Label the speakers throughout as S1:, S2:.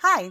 S1: Hi,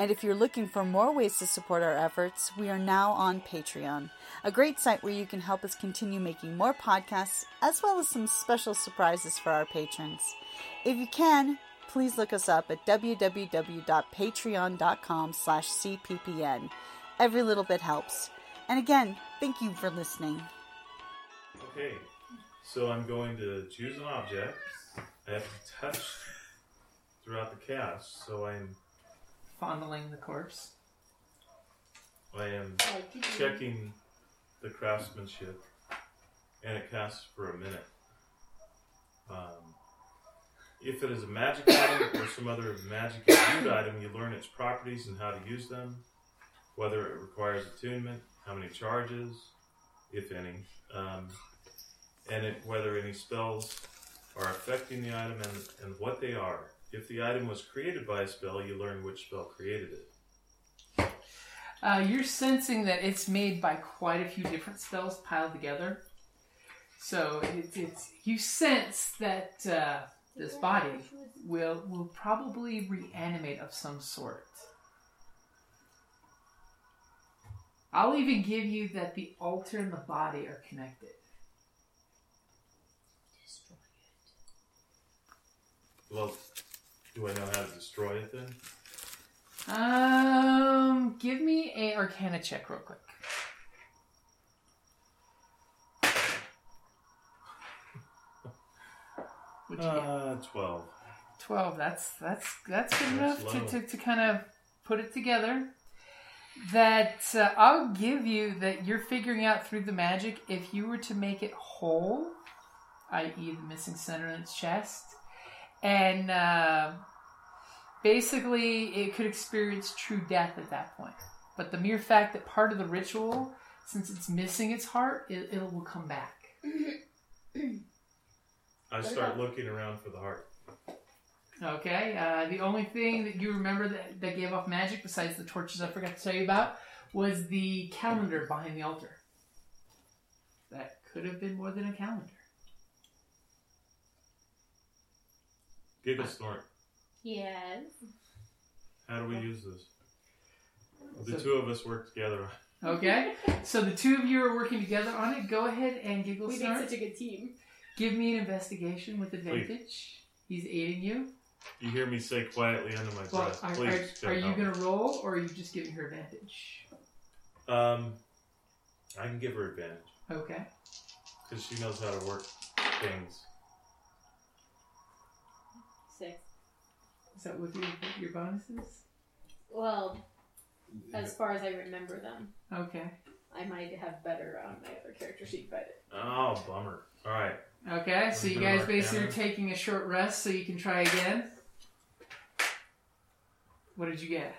S1: And if you're looking for more ways to support our efforts, we are now on Patreon, a great site where you can help us continue making more podcasts, as well as some special surprises for our patrons. If you can, please look us up at www.patreon.com slash cppn. Every little bit helps. And again, thank you for listening.
S2: Okay, so I'm going to choose an object. I have to touch throughout the cast, so I'm
S3: fondling the corpse.
S2: I am checking the craftsmanship, and it casts for a minute. Um, if it is a magic item or some other magic imbued item, you learn its properties and how to use them, whether it requires attunement, how many charges, if any, um, and it, whether any spells are affecting the item and, and what they are. If the item was created by a spell, you learn which spell created it.
S3: Uh, you're sensing that it's made by quite a few different spells piled together. So it's, it's you sense that uh, this body will will probably reanimate of some sort. I'll even give you that the altar and the body are connected.
S2: Well, do I know how to destroy it then?
S3: Um, give me a Arcana check real quick. What'd you get?
S2: Uh, 12.
S3: 12 that's that's that's good
S2: That's
S3: enough to,
S2: low.
S3: to, to kind of put it together that uh, i'll give you that you're figuring out through the magic if you were to make it whole i.e the missing center in its chest and uh, basically it could experience true death at that point but the mere fact that part of the ritual since it's missing its heart it, it will come back
S2: I start looking around for the heart.
S3: Okay. Uh, the only thing that you remember that, that gave off magic, besides the torches I forgot to tell you about, was the calendar behind the altar. That could have been more than a calendar.
S2: Giggle snort.
S4: Yes.
S2: How do we use this? The
S3: So-
S2: two of us work together.
S3: Okay. so the two of you are working together on it. Go ahead and giggle
S4: We make
S3: snort.
S4: such a good team.
S3: Give me an investigation with advantage. He's aiding you.
S2: You hear me say quietly under my
S3: Well,
S2: breath,
S3: are,
S2: please.
S3: are, are
S2: don't
S3: you
S2: help
S3: going to roll, or are you just giving her advantage?
S2: me." Um, I can give her advantage
S3: Okay.
S2: because she knows how to work things.
S4: Six.
S3: Is that with your, your bonuses?
S4: Well, as far as I remember them,
S3: Okay.
S4: I might have better on my other character sheet, but
S2: Oh, bummer. All right.
S3: Okay, so you guys
S2: Remember
S3: basically are
S2: Arcana?
S3: taking a short rest so you can try again. What did you get?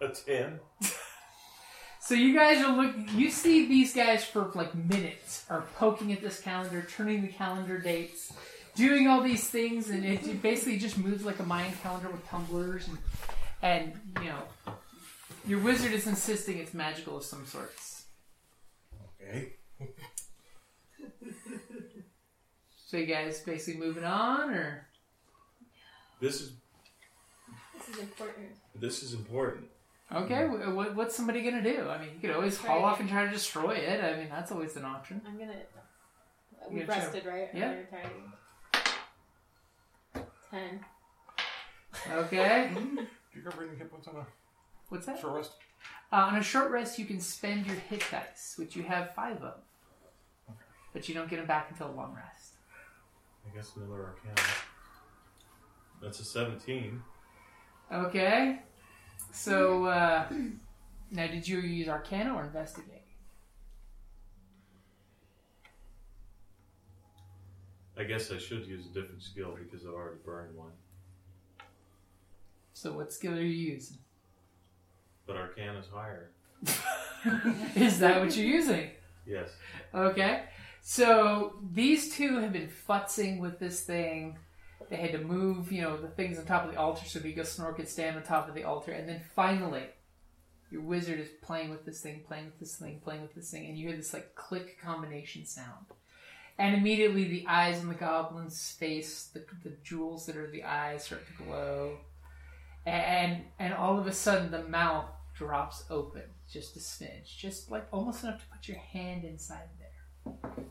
S2: A 10?
S3: So you guys are look. You see these guys for like minutes are poking at this calendar, turning the calendar dates, doing all these things, and it, it basically just moves like a Mayan calendar with tumblers and and you know your wizard is insisting it's magical of some sorts.
S5: Okay.
S3: So you guys basically moving on, or
S2: This is
S4: this is important.
S2: this is important.
S3: okay, wh- what, what's somebody gonna do? I mean, you could always haul
S4: Right.
S3: off and try to destroy it. I mean, that's always an option.
S4: I'm gonna. uh, We
S3: Yeah,
S4: rested, right? I'm
S3: Yeah.
S4: gonna try to- Ten.
S3: Okay.
S5: Mm-hmm. Do you cover any hit points on a
S3: What's that? Uh,
S5: short rest?
S3: on a short rest, you can spend your hit dice, which you have five of. but you don't get them back until a long rest.
S2: I guess another arcana. That's a 17.
S3: Okay.
S5: Mm.
S3: So uh, now, did you use Arcana or Investigate?
S2: I guess I should use a different skill because I already burned one.
S3: So what skill are you using?
S2: But arcana's higher.
S3: Is that what you're using?
S2: Yes.
S3: Okay. So these two have been futzing with this thing. They had to move, you know, the things on top of the altar so Vigo Snore could stand on top of the altar. And then finally, your wizard is playing with this thing, playing with this thing, playing with this thing, and you hear this like click combination sound. And immediately the eyes on the goblin's face, the, the jewels that are the eyes start to glow. And and all of a sudden the mouth drops open just a smidge. Just like almost enough to put your hand inside there.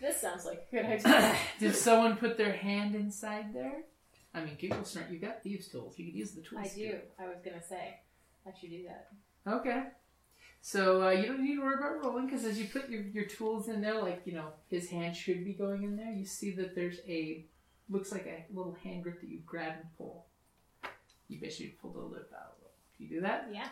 S4: This sounds like a good idea.
S3: Did someone put their hand inside there? I mean, Giggle Snort, you got thieves' tools. You could use the tools.
S4: I do. I was gonna say I should do that.
S3: Okay. So uh, you don't need to worry about rolling because as you put your, your tools in there, like you know, his hand should be going in there. You see that there's a looks like a little hand grip that you grab and pull. You basically pull the lip out. a little. You do that.
S4: Yeah.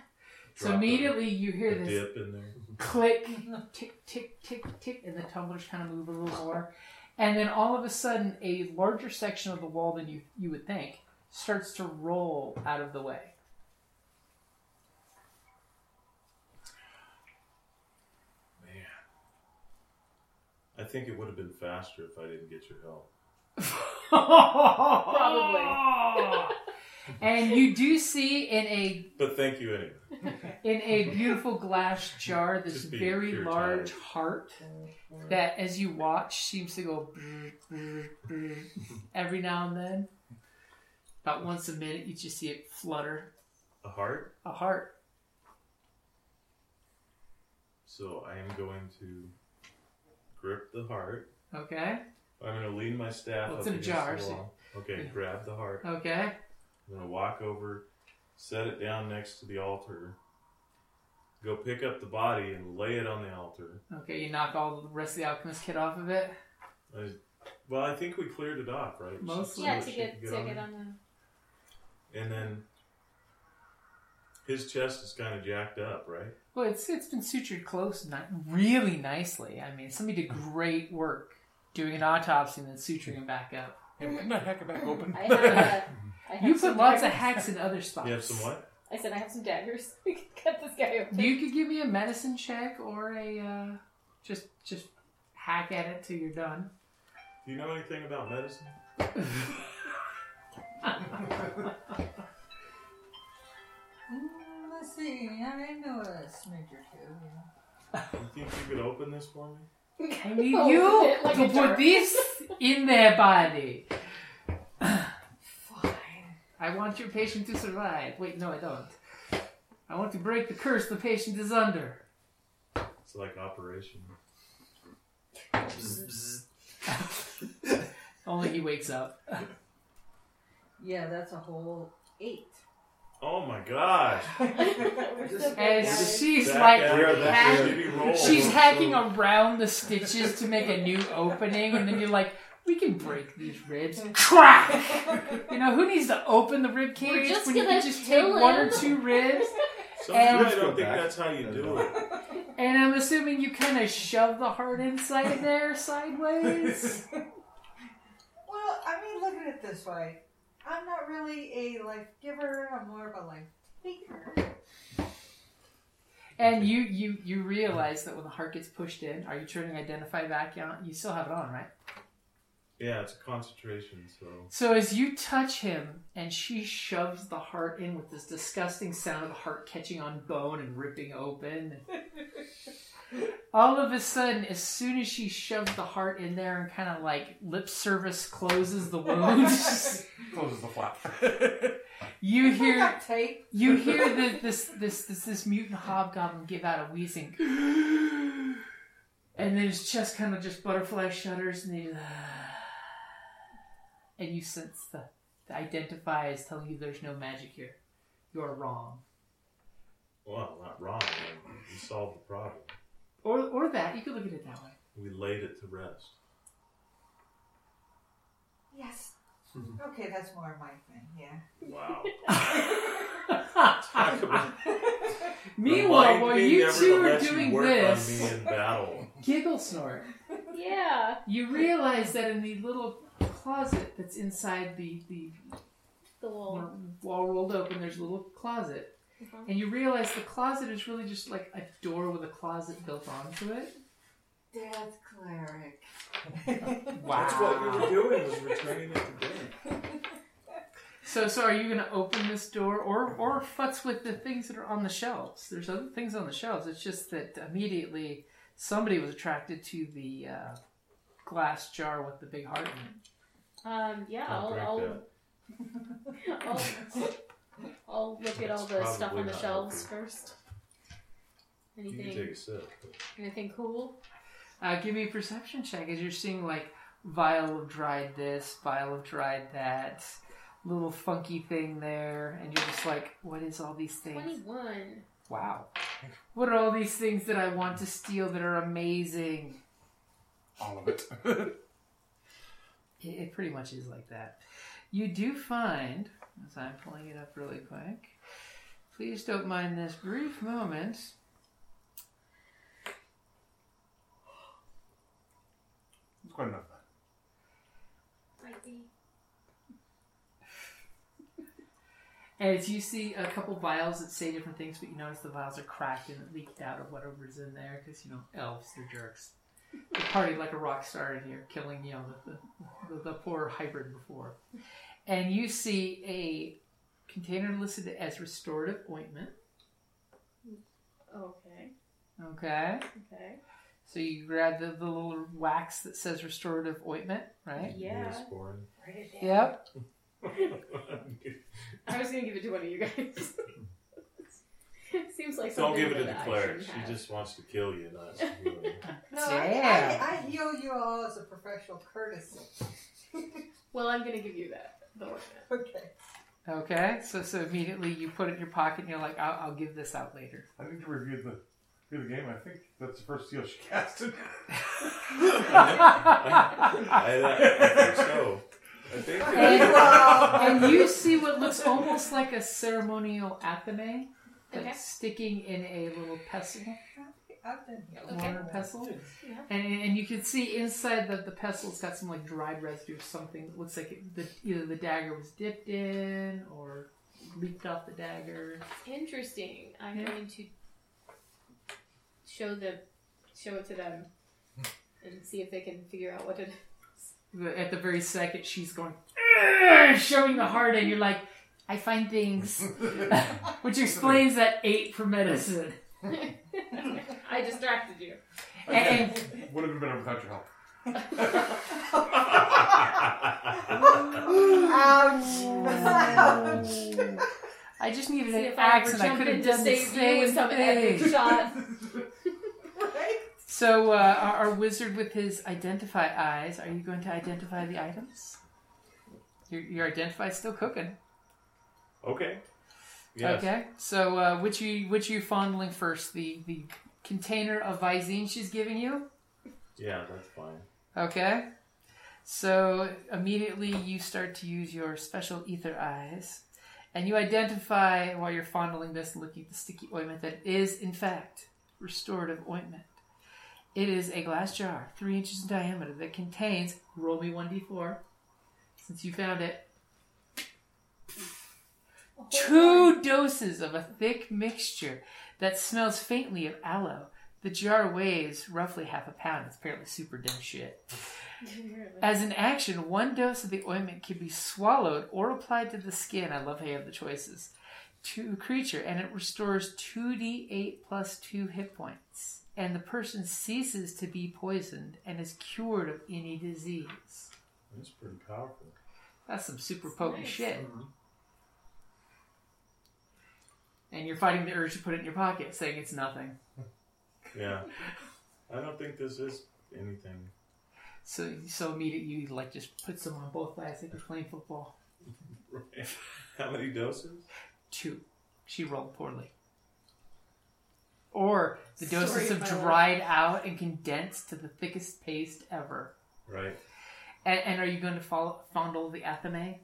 S3: So
S2: Drop a-
S3: immediately you
S2: A
S3: hear this
S2: dip in there.
S3: click, tick, tick, tick, tick, and the tumblers kind of move a little more. And then all of a sudden, a larger section of the wall than you, you would think starts to roll out of the way.
S2: I think it would have been faster if I didn't get your help.
S3: Probably. and you do see in a
S2: But thank you anyway.
S3: in a beautiful glass jar this
S2: Just be
S3: very
S2: pure
S3: large
S2: tired.
S3: heart that as you watch seems to go every now and then about once a minute you just see it flutter
S2: A heart?
S3: a heart
S2: So I am going to grip the heart.
S3: okay
S2: I'm going to lean my staff
S3: Well,
S2: up
S3: it's in a
S2: against
S3: jar,
S2: the
S3: so-
S2: wall. Okay,
S3: yeah.
S2: grab the heart.
S3: okay
S2: I'm going to walk over, set it down next to the altar, go pick up the body and lay it on the altar.
S3: okay you knock all the rest of the alchemist kit off of it
S2: I, well, I think we cleared it off, right?
S3: Mostly.
S4: yeah,
S3: what
S4: to
S2: she
S4: get,
S2: could get
S4: to
S2: on
S4: get
S2: there.
S4: on the.
S2: And then his chest is kind of jacked up, right?
S3: well it's it's been sutured close ni- really nicely i mean somebody did great work doing an autopsy and then suturing him back up
S5: Hey, putting that heck back open.
S4: I have, uh, I have
S3: you
S4: some
S3: put lots of
S4: daggers.
S3: hacks in other spots
S2: You have some what?
S4: I said I have some daggers. We can cut this guy open.
S3: You could give me a medicine check or a uh, just just hack at it till you're done.
S2: Do you know anything about medicine?
S6: Mm, let's see. I know a smidge or two. Yeah.
S2: You think you could open this for me?
S3: I need
S4: Oh,
S3: you
S4: like
S3: to
S4: a jar.
S3: put this in their body.
S6: Fine.
S3: I want your patient to survive. Wait, no, I don't. I want to break the curse the patient is under.
S2: It's like operation.
S3: Only he wakes up.
S6: Yeah, that's a whole eight.
S2: Oh my gosh!
S4: We're so good,
S3: And
S4: guys.
S3: she's
S2: Back Oh,
S3: like,
S2: at
S5: We're
S2: it.
S5: back.
S2: Maybe roll.
S3: she's hacking around the stitches to make a new opening, and then you're like, we can break these ribs. Crack! You know, who needs to open the rib
S4: We're
S3: cage
S4: just
S3: when you
S4: gonna
S3: can just take
S4: kill
S3: one or
S4: him.
S3: two ribs?
S2: Sometimes I
S5: And-
S2: don't think that's how you do it.
S3: And I'm assuming you kind of shove the heart inside there sideways.
S6: Well, I mean, look at it this way. I'm not really a life giver. I'm more of a life taker.
S3: And you you you realize that when the heart gets pushed in, are you turning identify back on? You still have it on, right?
S2: Yeah, it's a concentration, so
S3: So as you touch him, and she shoves the heart in with this disgusting sound of the heart catching on bone and ripping open. All of a sudden, as soon as she shoves the heart in there and kind of like lip service closes the wound,
S5: Closes the flap.
S3: you hear
S6: got tape.
S3: You hear the, this, this this this mutant hobgoblin give out a wheezing, and then his chest kind of just butterfly shudders, and he, and you sense the, the identify is telling you there's no magic here. You're wrong,
S2: well, not wrong. You solved the problem.
S3: or or that you could look at it that way.
S2: We laid it to rest.
S6: Yes.
S2: Mm-hmm.
S6: Okay, that's more my thing. Yeah.
S2: Wow.
S3: Meanwhile,
S2: Remind
S3: while
S2: me
S3: you two are
S2: nevertheless you
S3: doing
S2: work
S3: this,
S2: on me in battle.
S3: giggle snort.
S4: Yeah.
S3: You realize that in the little closet that's inside the, the
S4: The wall.
S3: wall rolled open, there's a little closet.
S4: Mhm.
S3: And you realize the closet is really just like a door with a closet built onto it.
S6: Death cleric.
S5: Wow.
S7: That's what we were doing was returning it to dinner.
S3: So, so are you going to open this door or or futz with the things that are on the shelves? There's other things on the shelves. It's just that immediately somebody was attracted to the uh, glass jar with the big heart in it.
S4: Um, yeah,
S2: Don't
S4: I'll,
S2: break
S4: I'll,
S2: that.
S4: I'll, I'll look at all the
S2: That's
S4: stuff
S2: probably
S4: on the
S2: not
S4: shelves
S2: helpful.
S4: first.
S2: You can
S4: Anything,
S2: take a sip.
S4: anything cool?
S3: Uh, give me a perception check as you're seeing like vial of dried this, vial of dried that, little funky thing there, and you're just like, what is all these things?
S4: 21.
S3: Wow. What are all these things that I want to steal that are amazing?
S5: All of it.
S3: It, it pretty much is like that. You do find, as I'm pulling it up really quick, please don't mind this brief moment.
S5: It's quite enough.
S4: Might be.
S3: As you see a couple vials that say different things, but you notice the vials are cracked and leaked out of whatever's in there because, you know, elves, they're jerks. They partied like a rock star in here, killing, you know, the, the, the poor hybrid before. And you see a container listed as restorative ointment.
S4: Okay,
S3: Okay.
S4: okay.
S3: So you grab the, the little wax that says restorative ointment, right?
S4: Yeah.
S2: Neosporin.
S6: Write it down.
S3: Yep.
S4: I was gonna give it to one of you guys. Seems like
S2: Don't
S4: something
S2: give it to
S4: that
S2: the
S4: I
S2: cleric.
S4: shouldn't
S2: She
S4: have.
S2: just wants to kill you, not to heal you.
S6: No, I, I, I heal you all as a professional courtesy.
S4: Well, I'm gonna give you that. The ornament.
S6: Okay.
S3: Okay. So so immediately you put it in your pocket and you're like, I'll, I'll give this out later.
S5: I need to review the review the game. I think that's the first deal she casted.
S2: I, I think so. I think
S3: And-
S6: Wow.
S3: and you see what looks almost like a ceremonial athame that's
S4: Okay.
S3: sticking in a little pestle,
S6: I've been healed.
S3: water pestle.
S4: Yeah.
S3: And, and you can see inside the, the pestle, it's got some like dried residue of something that looks like it, the, either the dagger was dipped in or leaked off the dagger.
S4: Interesting. I'm
S3: Yeah.
S4: going to show them, show it to them, and see if they can figure out what it.
S3: At the very second, she's going, "Ugh," showing the heart, and you're like, I find things. Which explains that eight for medicine.
S4: I distracted you.
S3: And, and
S5: Would have been better without your help.
S6: Ouch.
S3: I just needed
S4: See
S3: an
S4: if I
S3: axe,
S4: ever
S3: and I
S4: jump
S3: could have
S4: in to
S3: done the
S4: save you
S3: same
S4: with some epic
S3: thing.
S4: shot.
S6: right?
S3: So, uh, our, our wizard with his identify eyes, are you going to identify the items? Your, your identify still cooking.
S2: Okay. Yes.
S3: Okay. So, uh, which you which you fondling first? The the container of Visine she's giving you.
S2: Yeah, that's fine.
S3: Okay. So immediately you start to use your special ether eyes, and you identify while you're fondling this, and looking at the sticky ointment that is in fact restorative ointment. It is a glass jar, three inches in diameter, that contains roll me one d four, since you found it. Two doses of a thick mixture that smells faintly of aloe. The jar weighs roughly half a pound. It's apparently super dense shit. As an action, one dose of the ointment can be swallowed or applied to the skin. I love how you have the choices. To a creature, and it restores 2d8 plus 2 hit points. And the person ceases to be poisoned and is cured of any disease.
S2: That's pretty powerful.
S3: That's some super potent
S4: Nice.
S3: shit. And you're fighting the urge to put it in your pocket, saying it's nothing.
S2: Yeah. I don't think this is anything.
S3: So, so immediately you like just put some on both eyes like you're playing football.
S2: How many doses?
S3: Two. She rolled poorly. or the
S4: Story
S3: doses have
S4: of my life.
S3: dried out and condensed to the thickest paste ever.
S2: Right.
S3: And, and are you going to follow, fondle the Athame?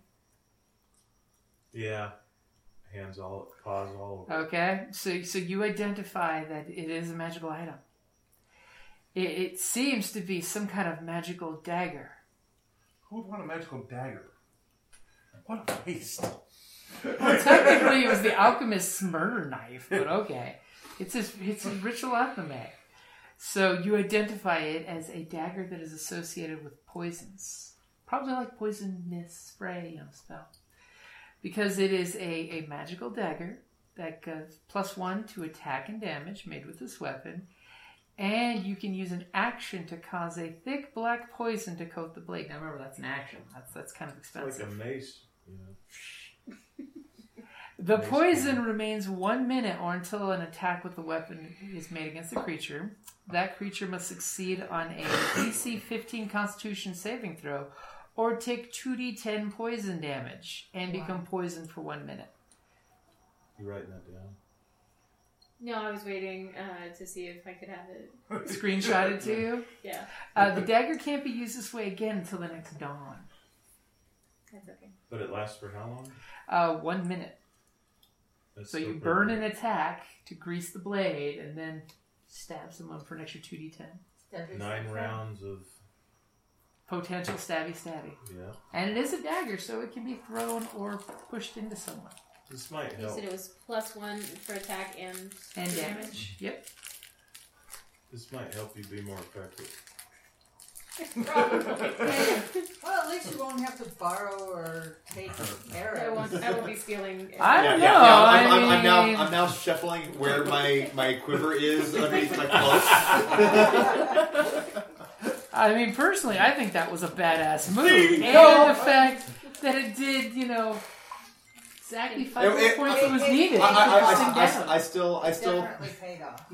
S2: Yeah. Hands all, paws all over.
S3: Okay, so so you identify that it is a magical item. It, it seems to be some kind of magical dagger.
S5: Who would want a magical dagger? What a waste.
S3: Technically, it was the alchemist's murder knife, but okay, it's his it's his ritual alchemy. So you identify it as a dagger that is associated with poisons, probably like poison mist spray, you know, spell, because it is a, a magical dagger that gives plus one to attack and damage made with this weapon, and you can use an action to cause a thick black poison to coat the blade. Now remember, that's an action. That's that's kind of
S2: It's
S3: expensive.
S2: like a mace. You know.
S3: The
S2: Nice
S3: poison remains one minute or until an attack with the weapon is made against the creature. That creature must succeed on a DC 15 Constitution saving throw or take 2d10 poison damage and become poisoned for one minute.
S2: You writing that down?
S4: No, I was waiting uh, to see if I could have it.
S3: Screenshot it to you.
S4: Yeah,
S3: Uh, the dagger can't be used this way again until the next dawn.
S4: that's okay.
S2: But it lasts for how long?
S3: Uh, one minute.
S2: That's
S3: So you
S2: super-
S3: burn an attack to grease the blade and then stab someone for an extra 2d10.
S2: Nine rounds of
S3: Potential stabby stabby.
S2: yeah.
S3: And it is a dagger, so it can be thrown or pushed into someone.
S2: This might
S4: You
S2: help.
S4: said it was plus one for attack and
S3: And damage. Yep.
S2: This might help you be more effective.
S6: Well, at least you won't have to borrow or take care
S4: I
S6: of.
S4: won't. I won't be stealing. it.
S3: I
S8: Yeah,
S3: don't
S8: yeah,
S3: know.
S8: yeah.
S3: I
S8: I'm, I'm- I'm
S3: mean-
S8: now I'm now shuffling where my, my quiver is underneath my cloak.
S3: I mean, personally, I think that was a badass move.
S8: you
S3: And
S8: go.
S3: the fact that it did, you know, exactly five
S8: It- it-
S3: points that was
S6: it-
S8: I,
S3: needed.
S8: I, I-
S3: to sink
S8: I-
S3: down.
S8: I still I still
S6: Definitely paid off.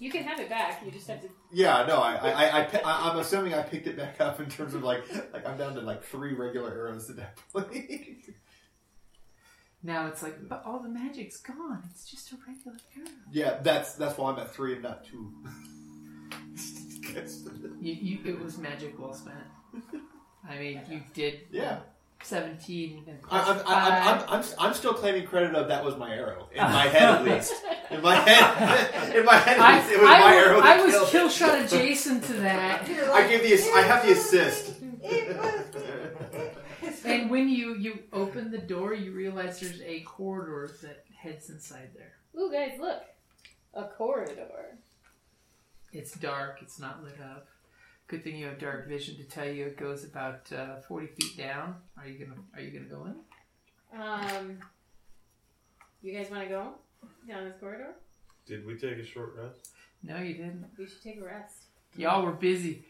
S4: You can have it back. You just have to.
S8: yeah no I I, I, I pi- I am assuming I picked it back up in terms of like like I'm down to like three regular arrows at that point.
S3: now it's like, but all the magic's gone. It's just a regular arrow.
S8: yeah, that's that's why I'm at three and not two.
S3: You, you, it was magic well spent. I mean, you did
S8: yeah,
S3: 17 and
S8: I,
S3: plus
S8: I'm, I'm,
S3: five.
S8: I'm, I'm, I'm still claiming credit of that was my arrow in my head at least. In my head, in my head, at least, it was
S3: I-
S8: my arrow.
S3: I
S8: that
S3: was, I was
S8: killed.
S3: kill shot adjacent to that.
S8: I give the ass- I have the assist.
S6: It was
S3: And when you you open the door, you realize there's a corridor that heads inside there.
S4: Ooh, guys, look, a corridor.
S3: It's dark. It's not lit up. Good thing you have dark vision to tell you it goes about uh, forty feet down. Are you gonna Are you gonna go in?
S4: Um, you guys want to go down this corridor?
S2: Did we take a short rest?
S3: No, you didn't.
S4: We should take a rest.
S3: Y'all were busy.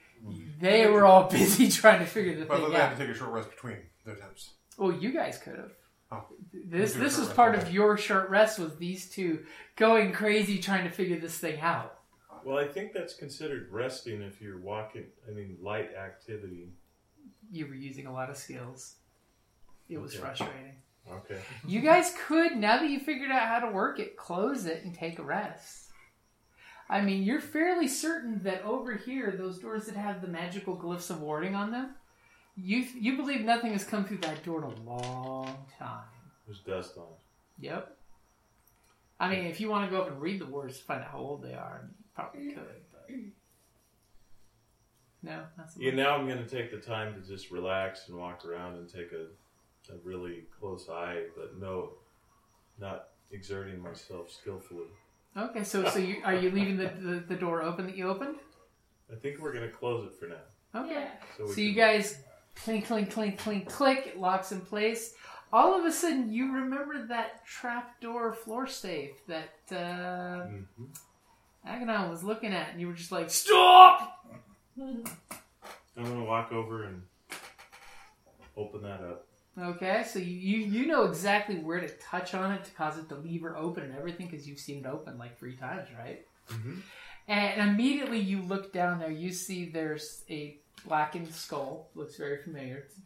S3: They were all busy trying to figure the
S5: But I
S3: thing
S5: thought they had
S3: out.
S5: to take a short rest between their attempts.
S3: Well, you guys could have.
S5: Oh.
S3: This
S5: Do a
S3: this
S5: short
S3: was
S5: rest,
S3: part
S5: okay.
S3: of your short rest. Was these two going crazy trying to figure this thing out?
S2: Well, I think that's considered resting if you're walking. I mean, light activity.
S3: You were using a lot of skills. It was
S2: Okay.
S3: frustrating.
S2: Okay.
S3: You guys could, now that you figured out how to work it, close it and take a rest. I mean, you're fairly certain that over here, those doors that have the magical glyphs of warding on them, you you believe nothing has come through that door in a long time.
S2: There's dust on. it.
S3: Yep. I mean, if you want to go up and read the words to find out how old they are, you probably could. But... No, that's
S2: Yeah, now I'm going to take the time to just relax and walk around and take a, a really close eye, but no, not exerting myself skillfully.
S3: okay. So, so you, are you leaving the, the, the door open that you opened?
S2: I think we're going to close it for now.
S3: Okay.
S4: Yeah.
S2: So, we
S3: So you
S2: can-
S3: guys clink, clink, clink, clink, click. It locks in place. All of a sudden, you remember that trapdoor floor safe that uh,
S2: Mhm.
S3: Aghanon was looking at, and you were just like, "Stop!"
S2: I'm going to walk over and open that up.
S3: Okay, so you, you you know exactly where to touch on it to cause it to lever open and everything because you've seen it open like three times, right?
S2: Mhm.
S3: And immediately you look down there. You see there's a blackened skull. Looks very familiar. It's-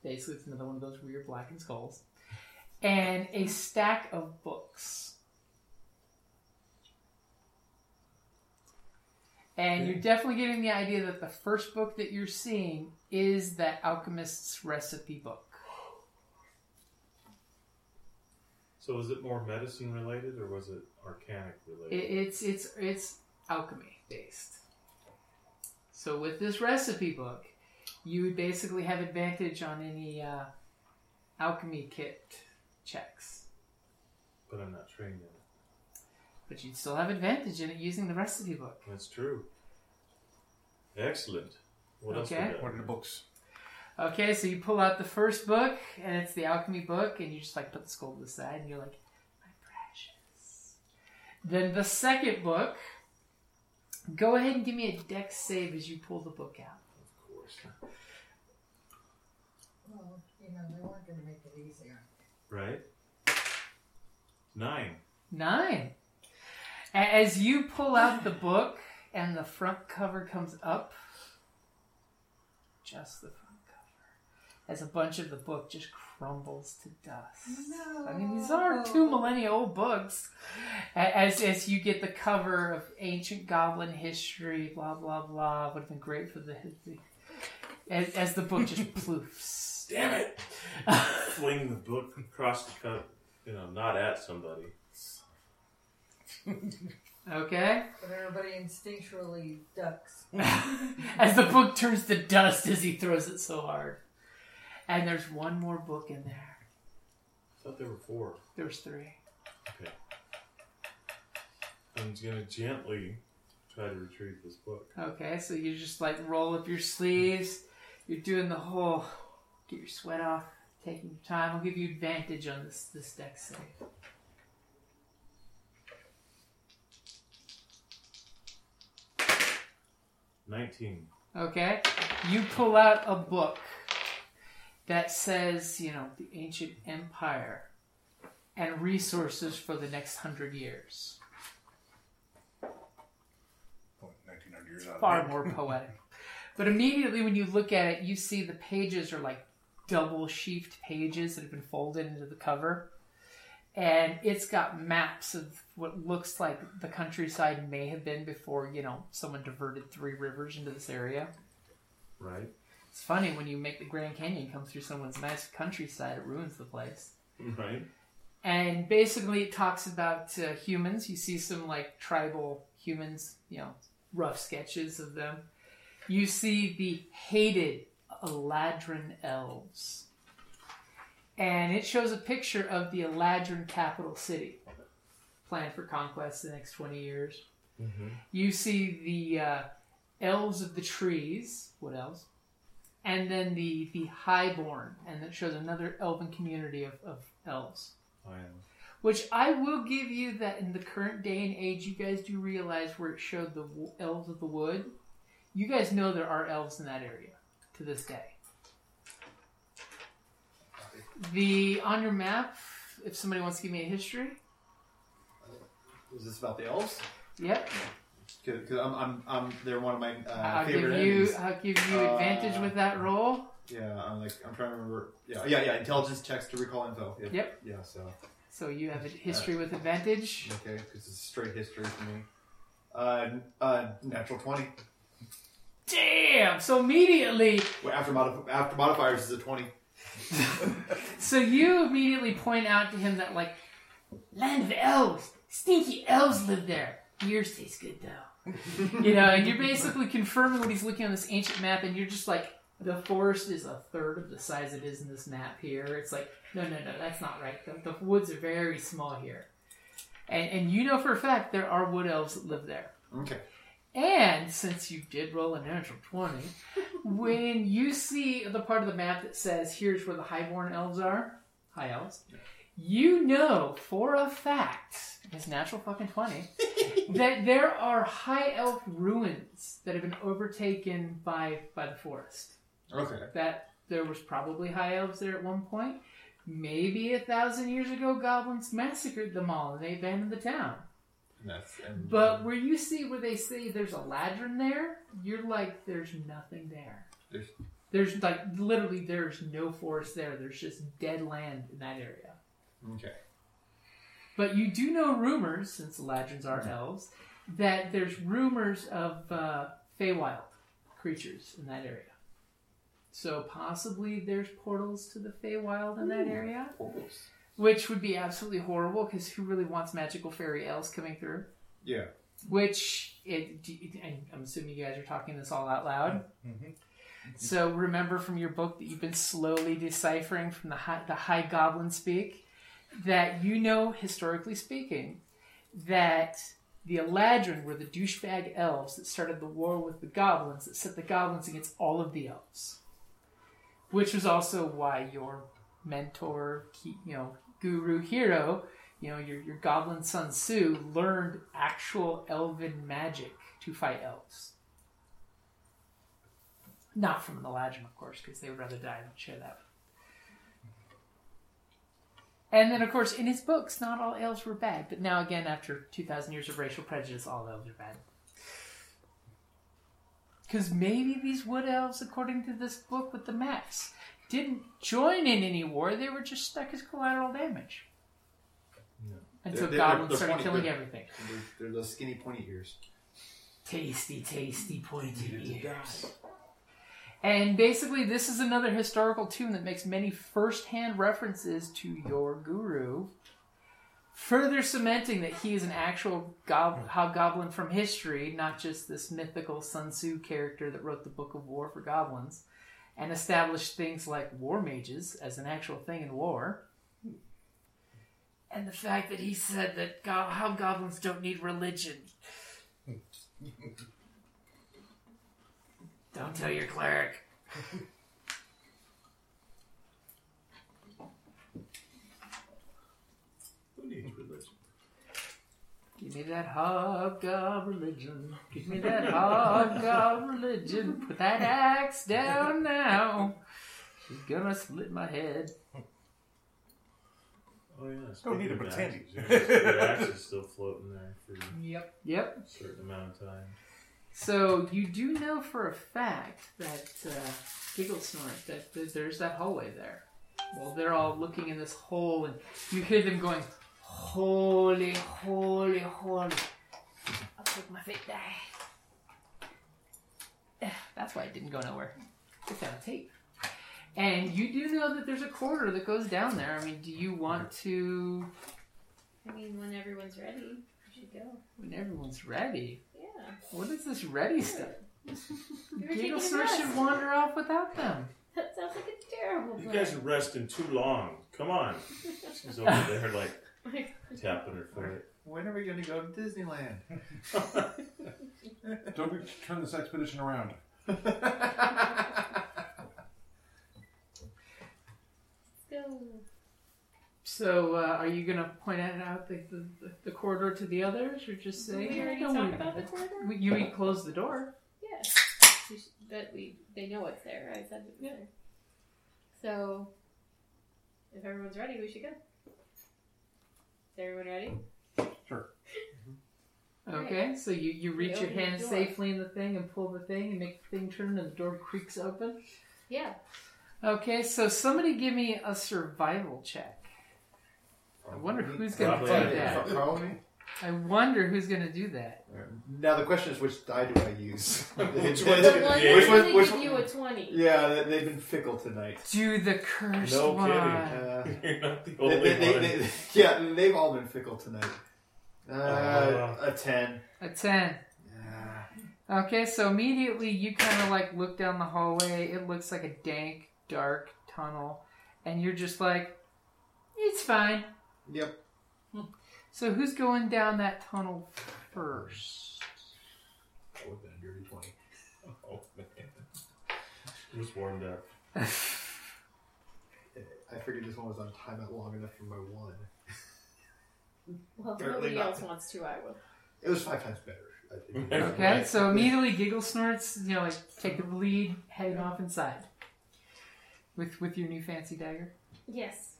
S3: Basically, it's another one of those weird blackened skulls, and a stack of books. And you're definitely getting the idea that the first book that you're seeing is that alchemist's recipe book.
S2: So is it more medicine related or was it arcanic related?
S3: It, it's it's it's alchemy based. So with this recipe book, you would basically have advantage on any uh, alchemy kit checks,
S2: but I'm not trained in it.
S3: but you'd still have advantage in it using the recipe book.
S2: That's true. Excellent. What
S3: Okay.
S2: else we
S5: What
S2: got?
S5: are the books?
S3: Okay, so you pull out the first book, and it's the alchemy book, and you just like put the skull to the side, and you're like, my precious. Then the second book, go ahead and give me a dex save as you pull the book out.
S2: Of course.
S6: Well, you know, they weren't going to make it easier.
S2: Right? Nine.
S3: Nine. A- As you pull out the book, and the front cover comes up, just the front cover, as a bunch of the book just crumbles to dust. I mean, these are two millennia old books. A- As, as you get the cover of ancient goblin history, blah, blah, blah. Would have been great for the. the as, as the book just ploofs.
S2: Damn it! Fling the book across the cup, you know, not at somebody.
S3: Okay?
S6: But everybody instinctually ducks.
S3: as the book turns to dust as he throws it so hard. And there's one more book in there.
S2: I thought there were four.
S3: There's three.
S2: Okay. I'm gonna gently try to retrieve this book.
S3: Okay, so you just like roll up your sleeves. You're doing the whole get your sweat off, taking your time. I'll give you advantage on this this deck save.
S2: Nineteen.
S3: Okay, you pull out a book that says, you know, the ancient empire and resources for the next hundred years.
S5: Oh, 1900 years out of
S3: far
S5: date.
S3: more poetic. But immediately when you look at it, you see the pages are like double sheafed pages that have been folded into the cover. And it's got maps of what looks like the countryside may have been before, you know, someone diverted three rivers into this area.
S2: Right?
S3: It's funny when you make the Grand Canyon come through someone's nice countryside, it ruins the place.
S8: Mm-hmm.
S2: Right?
S3: And basically, it talks about uh, humans. You see some like tribal humans, you know, rough sketches of them. You see the hated Eladrin elves. And it shows a picture of the Eladrin capital city, planned for conquest the next 20 years. You see the uh, elves of the trees. What else? And then the, the highborn. And it shows another elven community of, of elves.
S2: I am.
S3: Which I will give you that in the current day and age, you guys do realize where it showed the w- elves of the wood. You guys know there are elves in that area to this day. The on your map, if somebody wants to give me a history,
S8: Is this about the elves?
S3: yep,
S8: Because I'm, I'm, I'm, they're one of my uh,
S3: I'll give
S8: favorite
S3: you
S8: enemies.
S3: I'll give you
S8: Uh,
S3: advantage with that roll.
S8: Yeah, I'm like, I'm trying to remember. Yeah, yeah, yeah. Intelligence checks to recall info. Yeah,
S3: Yep.
S8: Yeah, so
S3: So you have a history
S8: uh,
S3: with advantage.
S8: okay, because it's straight history for me. Uh, uh, natural twenty.
S3: Damn! So immediately
S8: Well, after modif- after modifiers is a twenty.
S3: So you immediately point out to him that like land of elves, stinky elves live there. Yours tastes good though. you know, and you're basically confirming what he's looking on this ancient map, and you're just like, the forest is a third of the size it is in this map here. It's like, no, no, no, that's not right. The, the woods are very small here, and and you know for a fact there are wood elves that live there.
S8: Okay.
S3: And since you did roll a natural 20, when you see the part of the map that says, here's where the highborn elves are, high elves, you know for a fact, it's natural fucking 20, that there are high elf ruins that have been overtaken by, by the forest.
S8: Okay.
S3: That there was probably high elves there at one point. Maybe a thousand years ago, goblins massacred them all and they abandoned the town.
S8: And that's and,
S3: But where you see where they say there's a ladron there, you're like, there's nothing there.
S8: There's-
S3: There's like literally there's no forest there. There's just dead land in that area.
S8: okay.
S3: But you do know rumors, since ladrons are elves, that there's rumors of uh, Feywild creatures in that area. So possibly there's portals to the Feywild in that area,
S8: Portals.
S3: which would be absolutely horrible because who really wants magical fairy elves coming through?
S8: Yeah.
S3: Which it, do you- and I'm assuming you guys are talking this all out loud. So remember from your book that you've been slowly deciphering from the high, the high goblin speak that you know historically speaking that the Eladrin were the douchebag elves that started the war with the goblins that set the goblins against all of the elves, which was also why your mentor, ki- you know, guru hero, you know, your your goblin Sun Tzu learned actual elven magic to fight elves. Not from the Eladrin, of course, because they would rather die than share that. And then, of course, in his books, not all elves were bad. But now, again, after 2,000 years of racial prejudice, all elves are bad. Because maybe these wood elves, according to this book with the maps, didn't join in any war. They were just stuck as collateral damage.
S2: No.
S3: Until
S8: They're- they're-
S3: goblins
S8: they're
S3: started
S8: pointy-
S3: killing
S8: they're-
S3: everything.
S8: They're, they're those skinny pointy ears.
S3: Tasty, tasty, pointy ears. And basically, this is another historical tomb that makes many first-hand references to your guru, further cementing that he is an actual gob- hobgoblin from history, not just this mythical Sun Tzu character that wrote the Book of War for Goblins, and established things like war mages as an actual thing in war. And the fact that he said that go- hobgoblins don't need religion. Don't tell your cleric.
S2: Who needs religion?
S3: Give me that hobgob religion. Give me that hobgob religion. Put that axe down now. She's gonna split my head.
S2: Oh yeah.
S5: Don't need
S2: speaking
S5: to
S2: of
S5: pretend.
S2: axes, yes, Your axe is still floating there for a
S6: Yep.
S3: Yep.
S2: certain amount of time.
S3: So you do know for a fact that uh, giggle snort that th- there's that hallway there. Well, they're all looking in this hole, and you hear them going, "Holy, holy, holy!" I'll take my fit die. Eh, That's why it didn't go nowhere. It's on tape. And you do know that there's a corridor that goes down there. I mean, do you want to?
S4: I mean, when everyone's ready, we should go.
S3: When everyone's ready,
S4: Yeah.
S3: what is this ready stuff?
S4: We were taking
S3: Giggle
S4: a
S3: snort should
S4: rest.
S3: wander off without them.
S4: That sounds like a terrible
S2: You
S4: plan.
S2: guys are resting too long. Come on. She's over there like tapping her foot.
S8: When are we going to go to Disneyland?
S5: Don't we turn this expedition around.
S4: Let's go.
S3: So, uh, are you gonna point out out the, the, the corridor to the others, or just
S4: Did
S3: say
S4: we
S3: "Yeah,
S4: already
S3: don't
S4: talk
S3: worry
S4: about the
S3: it."
S4: corridor?
S3: We- You we close the door.
S4: Yes. We sh- But we they know it's there. I said it's there. So if everyone's ready, we should go. Is everyone ready?
S3: Okay, so you, you reach
S4: We
S3: your
S4: open the
S3: hand
S4: door.
S3: safely in the thing and pull the thing and make the thing turn and the door creaks open.
S4: Yeah.
S3: Okay, so somebody give me a survival check. I wonder who's gonna do
S2: Probably I
S3: that.
S2: did.
S8: Follow me?
S3: I wonder who's gonna do that.
S8: Now the question is, which die do I use? which
S2: one-
S4: The
S2: Yeah.
S4: one that
S8: which
S4: only
S8: one? Which
S4: give you
S8: one-
S4: a twenty.
S8: Yeah, they- they've been fickle tonight.
S3: Do the cursed
S2: No
S3: one.
S2: kidding.
S8: Uh,
S2: You're not the
S8: they,
S2: only
S8: they, they,
S2: one.
S8: they- yeah, they've all been fickle tonight. Uh,
S2: Uh.
S8: a ten.
S3: A ten.
S8: Yeah.
S3: Okay, so immediately you kind of like look down the hallway. It looks like a dank, dark tunnel, and you're just like, it's fine.
S8: Yep.
S3: So who's going down that tunnel first?
S8: That would have been a dirty twenty.
S2: Oh man. It was warmed up.
S8: I figured this one was on timeout long enough for my one.
S4: Well, if
S8: Apparently
S4: nobody
S8: not.
S4: else wants to, I will.
S8: It was five times better. I think.
S3: Okay, so immediately Giggle snorts, you know, like take the lead, heading off inside with with your new fancy dagger.
S4: Yes.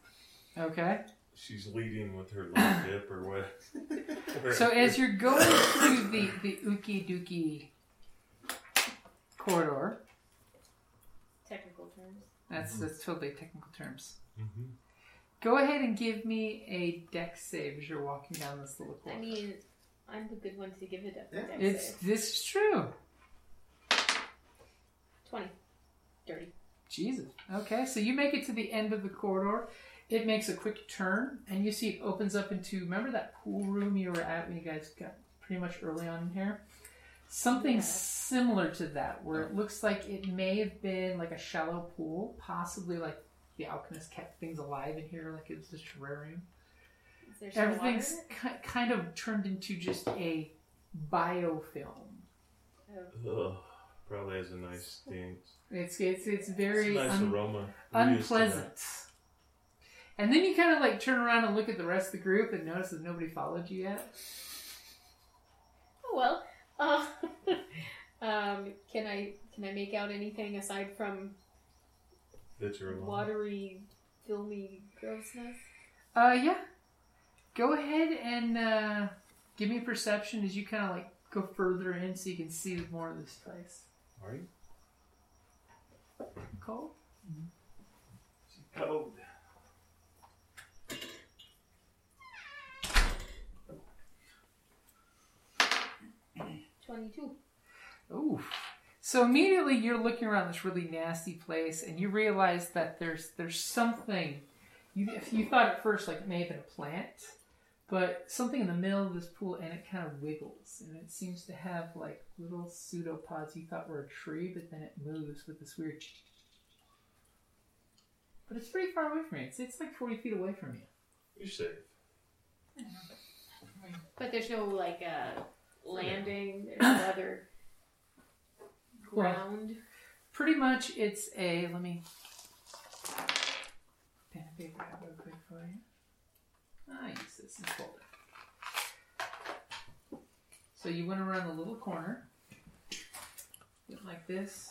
S3: Okay.
S2: She's leading with her left hip or what?
S3: So as you're going through the the ookie dookie corridor,
S4: Technical terms.
S3: That's that's totally technical terms. Go ahead and give me a deck save as you're walking down this little
S4: I
S3: corridor.
S4: mean, I'm the good one to give the death
S8: Yeah.
S4: deck
S3: It's
S4: save.
S3: this is true.
S4: 20. Dirty.
S3: Jesus. Okay, so you make it to the end of the corridor. It makes a quick turn, and you see it opens up into remember that pool room you were at when you guys got pretty much early on in here. Something
S4: Yeah.
S3: similar to that, where it looks like it may have been like a shallow pool, possibly like the alchemist kept things alive in here, like it was just terrarium.
S4: Is there still
S3: Everything's
S4: water?
S3: ki kind of turned into just a biofilm.
S4: Oh,
S2: Ugh, probably has a nice stink.
S3: It's it's it's
S2: It's a
S3: very
S2: nice
S3: un-
S2: aroma. We're used to that.
S3: unpleasant. And then you kind of like turn around and look at the rest of the group and notice that nobody followed you yet.
S4: oh well. Uh, um, can I can I make out anything aside from
S2: That you're alone.
S4: watery, filmy grossness?
S3: Uh, yeah. Go ahead and uh, give me a perception as you kind of like go further in so you can see more of this place.
S2: Are you?
S3: Cole?
S2: Oh.
S4: Twenty-two.
S3: Ooh. So immediately you're looking around this really nasty place and you realize that there's there's something. You if you thought at first like it may have been a plant, but something in the middle of this pool and it kind of wiggles and it seems to have like little pseudopods you thought were a tree, but then it moves with this weird. But it's pretty far away from you. It's, it's like forty feet away from you.
S2: You're safe.
S4: But there's no like uh, landing. There's no other
S3: Well-
S4: ground.
S3: Pretty much, it's a. Let me pen and paper out real quick for you. I use this and fold it. So you went around the little corner, went like this.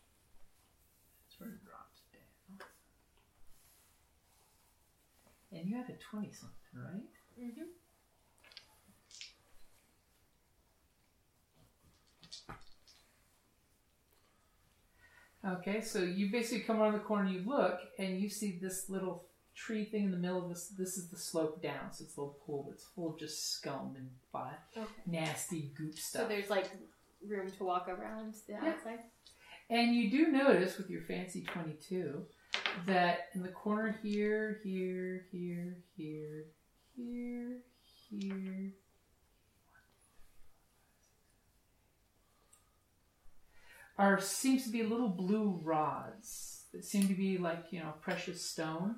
S3: That's where it drops down. And you had a 20 something, right?
S4: hmm
S3: Okay, so you basically come around the corner, you look, and you see this little tree thing in the middle of this. This is the slope down, so it's a little pool that's full of just scum and bi-
S4: Okay.
S3: nasty goop
S4: So
S3: stuff.
S4: there's like room to walk around the
S3: Yeah.
S4: outside.
S3: and you do notice with your fancy 22 that in the corner here, here, here, here, here, here, are seems to be little blue rods that seem to be like you know precious stone,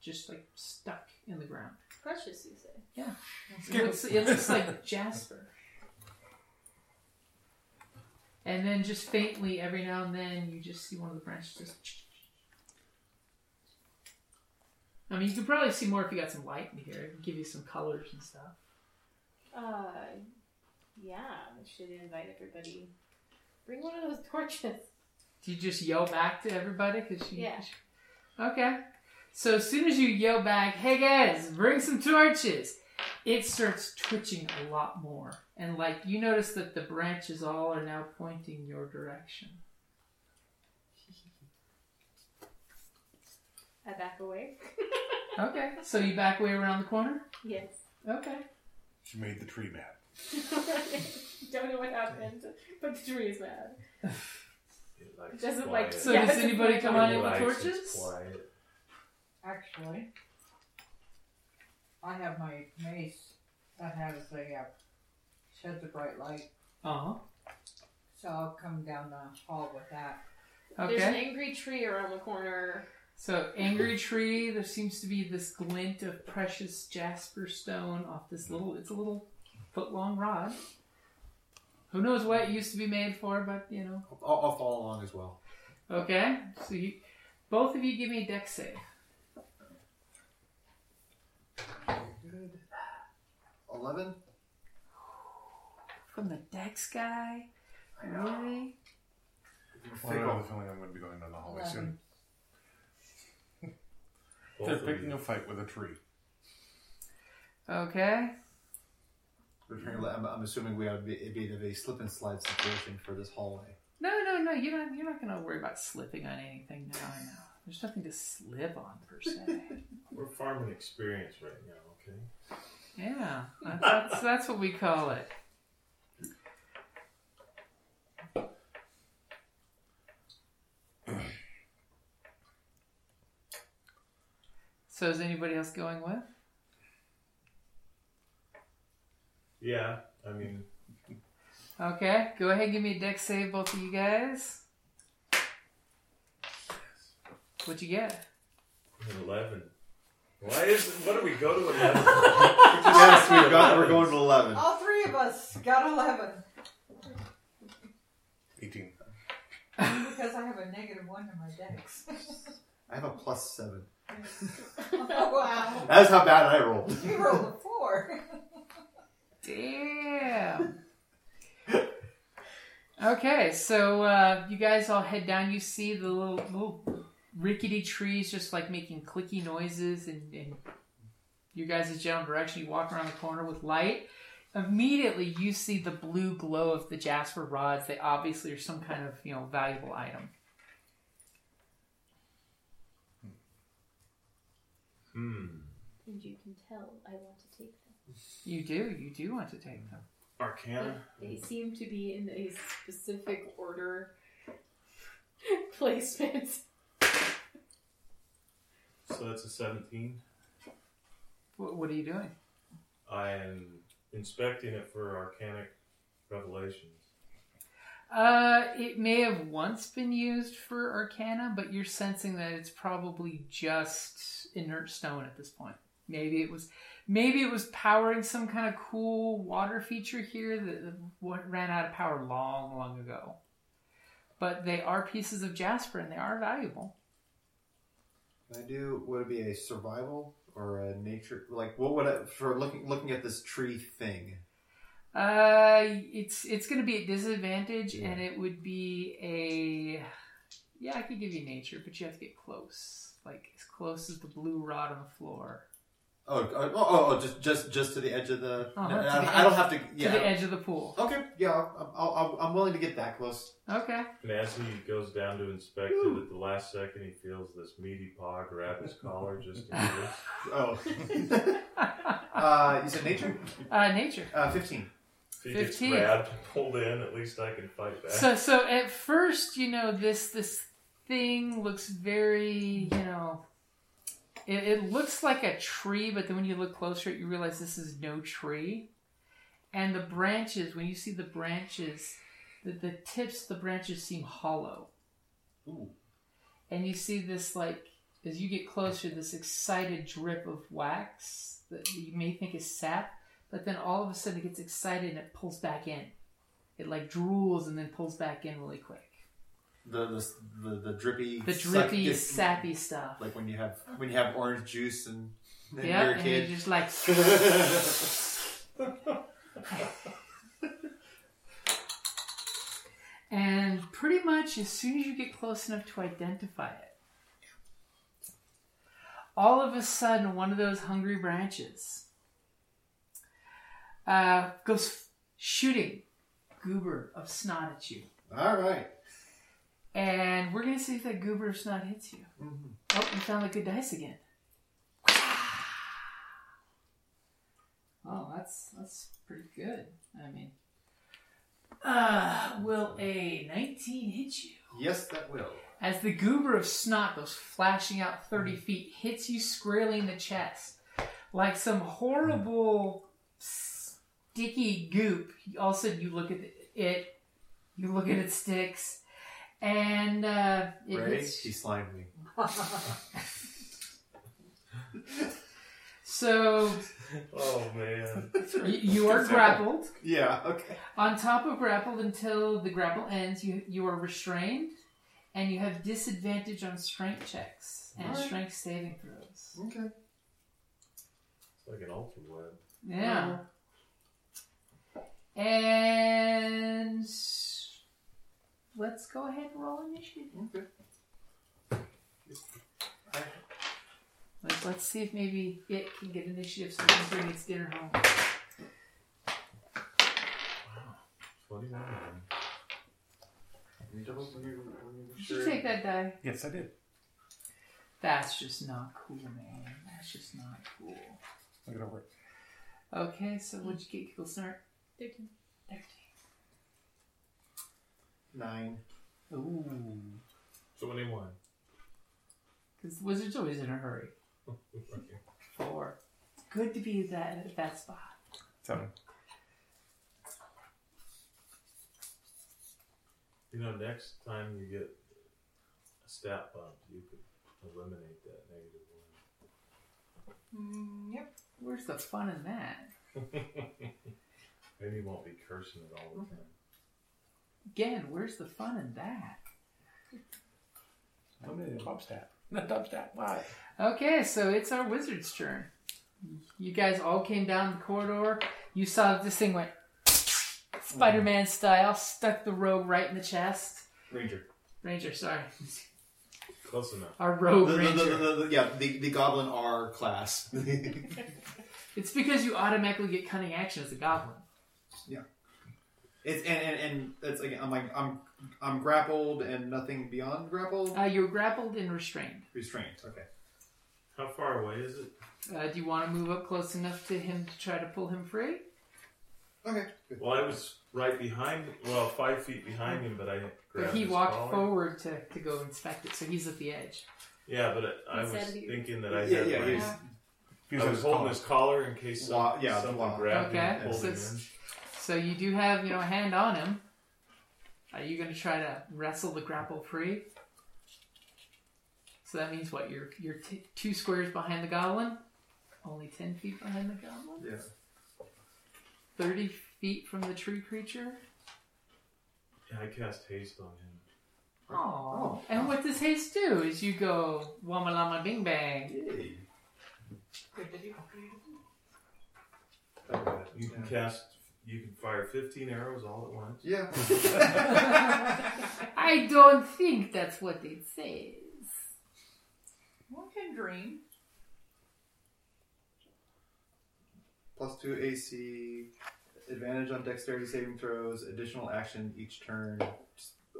S3: just like stuck in the ground.
S4: Precious, you say.
S3: Yeah, it looks, it looks like jasper. And then just faintly, every now and then, you just see one of the branches just. I mean, you could probably see more if you got some light in here. It would give you some colors and stuff.
S4: Uh, yeah. I should invite everybody. Bring one of those torches.
S3: Do you just yell back to everybody? Cause you,
S4: Yeah.
S3: Okay. So as soon as you yell back, hey guys, bring some torches, it starts twitching a lot more. And like you notice that the branches all are now pointing your direction.
S4: I back away.
S3: Okay. So you back way around the corner?
S4: Yes.
S3: Okay.
S5: She made the tree map.
S4: Don't know what happened, but the tree is mad.
S2: It likes
S4: Doesn't
S2: quiet.
S4: like
S3: So
S4: Yeah.
S3: does anybody come on in with
S2: It likes its
S3: torches?
S2: Quiet.
S6: Actually, I have my mace that has the uh, sheds a bright light,
S3: Uh-huh.
S6: so I'll come down the hall with that.
S3: Okay.
S4: There's an angry tree around the corner.
S3: So, angry tree. There seems to be this glint of precious jasper stone off this little. It's a little foot long rod. Who knows what it used to be made for, but you know.
S8: I'll, I'll follow along as well.
S3: Okay. So, you, both of you give me a deck save.
S8: Good. Eleven.
S3: From the dex guy. Really?
S5: Well, I have a feeling I'm going to be going down the hallway soon.
S2: Both
S5: They're
S2: of you.
S5: picking a fight with a tree.
S3: Okay.
S8: Apparently, I'm, I'm assuming we ought to be, it'd be a slip and slide situation for this hallway.
S3: No, no, no. You don't. You're not going to worry about slipping on anything. No, no. There's nothing to slip on per se.
S2: We're farming experience right now, okay?
S3: Yeah, that's, that's, that's what we call it. So is anybody else going with?
S2: Yeah, I mean,
S3: Okay, go ahead and give me a deck save, both of you guys. What'd you get?
S2: an 11. Why is What do we go to 11?
S8: yes, we've got. We're going to eleven.
S6: All three of us got 11
S5: 18.
S6: because I have a negative one to my dex.
S8: I have a plus seven.
S6: wow.
S8: That's how bad I rolled.
S6: uh, You rolled a four.
S3: Damn. okay, so uh, you guys all head down. You see the little, little rickety trees just like making clicky noises, and, and you guys' general direction. You walk around the corner with light. Immediately, you see the blue glow of the jasper rods. They obviously are some kind of you know valuable item.
S2: hmm.
S4: And you can tell I want to take them.
S3: You do, you do want to take them.
S2: Arcana?
S4: They seem to be in a specific order placement.
S2: So that's a 17.
S3: What, what are you doing?
S2: I am inspecting it for arcanic revelations.
S3: Uh, it may have once been used for arcana, but you're sensing that it's probably just inert stone at this point. Maybe it was, maybe it was powering some kind of cool water feature here that that what ran out of power long, long ago. But they are pieces of jasper, and they are valuable.
S8: Can I do would it be a survival or a nature like what would I for looking looking at this tree thing?
S3: Uh, it's it's going to be a disadvantage, and it would be a yeah. I could give you nature, but you have to get close, like as close as the blue rod on the floor,
S8: Oh, oh, oh, oh just just just to the edge of the.
S3: Uh-huh,
S8: no,
S3: to the
S8: I,
S3: edge.
S8: I don't have to. Yeah.
S3: to the edge of the pool.
S8: Okay. Yeah. I'll, I'll, I'll, I'm willing to get that close.
S3: Okay.
S2: And as he goes down to inspect it, at the last second, he feels this meaty paw grab his collar just in case.
S8: Oh. uh, you said nature.
S3: Uh, nature.
S8: Uh, Fifteen.
S2: If he gets
S3: 15.
S2: grabbed and pulled in, at least I can fight back.
S3: So so at first, you know, this this thing looks very, you know, it, it looks like a tree, but then when you look closer, you realize this is no tree. And the branches, when you see the branches, the, the tips, of the branches seem hollow.
S8: Ooh.
S3: And you see this like as you get closer, this excited drip of wax that you may think is sap, but then all of a sudden it gets excited and it pulls back in. It like drools and then pulls back in really quick.
S8: The the the, the drippy.
S3: The
S8: suck-
S3: drippy,
S8: it's
S3: sappy stuff.
S8: Like when you have when you have orange juice and, and
S3: yeah,
S8: you're a
S3: and
S8: kid.
S3: you're just like, and pretty much as soon as you get close enough to identify it, all of a sudden one of those hungry branches uh, goes f- shooting goober of snot at you.
S8: All right.
S3: And we're gonna see if that goober of snot hits you. Oh, we found the good dice again. Oh, that's that's pretty good. I mean, uh, will a nineteen hit you?
S8: Yes, that will.
S3: As the goober of snot goes flashing out 30 feet, hits you squarely in the chest. Like some horrible, sticky goop. All of a sudden, you look at it, you look at its sticks, and uh, it
S8: Ray,
S3: hits
S8: he slimed me.
S3: So
S2: oh, man.
S3: y- you are grappled.
S8: Yeah. Okay.
S3: On top of grappled until the grapple ends, you, you are restrained, and you have disadvantage on strength checks and
S8: Alright.
S3: strength saving throws.
S8: Okay.
S2: It's like an ultra web.
S3: Yeah. And let's go ahead and roll initiative.
S8: Okay.
S3: Let's, let's see if maybe it can get initiative so it can bring its dinner home.
S2: 21.
S8: Can you double when you're, when you're
S4: You should take that die.
S5: Yes, I did.
S3: That's just not cool, man. That's just not cool.
S5: Look it over.
S3: Okay, so what'd you get, Kickle Snart?
S4: 13.
S3: 13.
S8: Nine.
S3: Ooh.
S2: Twenty-one.
S3: Because the wizard's always in a hurry. Four. Good to be that at that spot.
S5: Seven.
S2: You know, next time you get a stat bump, you could eliminate that negative one.
S6: Mm, yep.
S3: Where's the fun in that?
S2: Maybe you won't be cursing it all
S3: Mm-hmm.
S2: the time.
S3: Again, where's the fun in that?
S5: I'm in top stat. Not top stat. Why?
S3: Okay, so it's our wizard's turn. You guys all came down the corridor. You saw this thing went Spider Man style, stuck the rogue right in the chest.
S8: Ranger.
S3: Ranger, sorry.
S2: Close enough.
S3: Our rogue
S8: The- the-
S3: ranger.
S8: the- the- the- yeah, the, the Goblin R class.
S3: It's because you automatically get cunning action as a goblin.
S8: It's and, and, and it's again. I'm like I'm I'm grappled and nothing beyond grappled.
S3: Uh, you're grappled and restrained.
S8: Restrained. Okay.
S2: How far away is it?
S3: Uh, do you want to move up close enough to him to try to pull him free?
S8: Okay. Good.
S2: Well, I was right behind, well, five feet behind him, but I grabbed
S3: but he
S2: his
S3: walked
S2: collar.
S3: forward to, to go inspect it, so he's at the edge.
S2: Yeah, but I, I
S4: He
S2: was
S4: said he-
S2: thinking that I had
S8: Yeah, yeah,
S2: my-
S8: he's-
S2: I was holding his collar in case some,
S8: Wa- yeah,
S2: someone
S8: wa-
S2: grabbed him
S3: Okay,
S2: and pulled
S3: so
S2: him
S3: it's-
S2: in.
S3: So you do have, you know, a hand on him. Are you going to try to wrestle the grapple free? So that means what? You're you're t- two squares behind the goblin, only ten feet behind the goblin,
S8: Yeah.
S3: thirty feet from the tree creature.
S2: Yeah, I cast haste on him.
S3: Oh.
S8: Oh.
S3: And what does haste do? Is you go wama lama bing bang.
S8: Yay.
S2: You can cast, you can fire 15 arrows all at once.
S8: Yeah.
S3: I don't think that's what it says.
S6: One can dream.
S8: Plus two AC, advantage on dexterity saving throws, additional action each turn,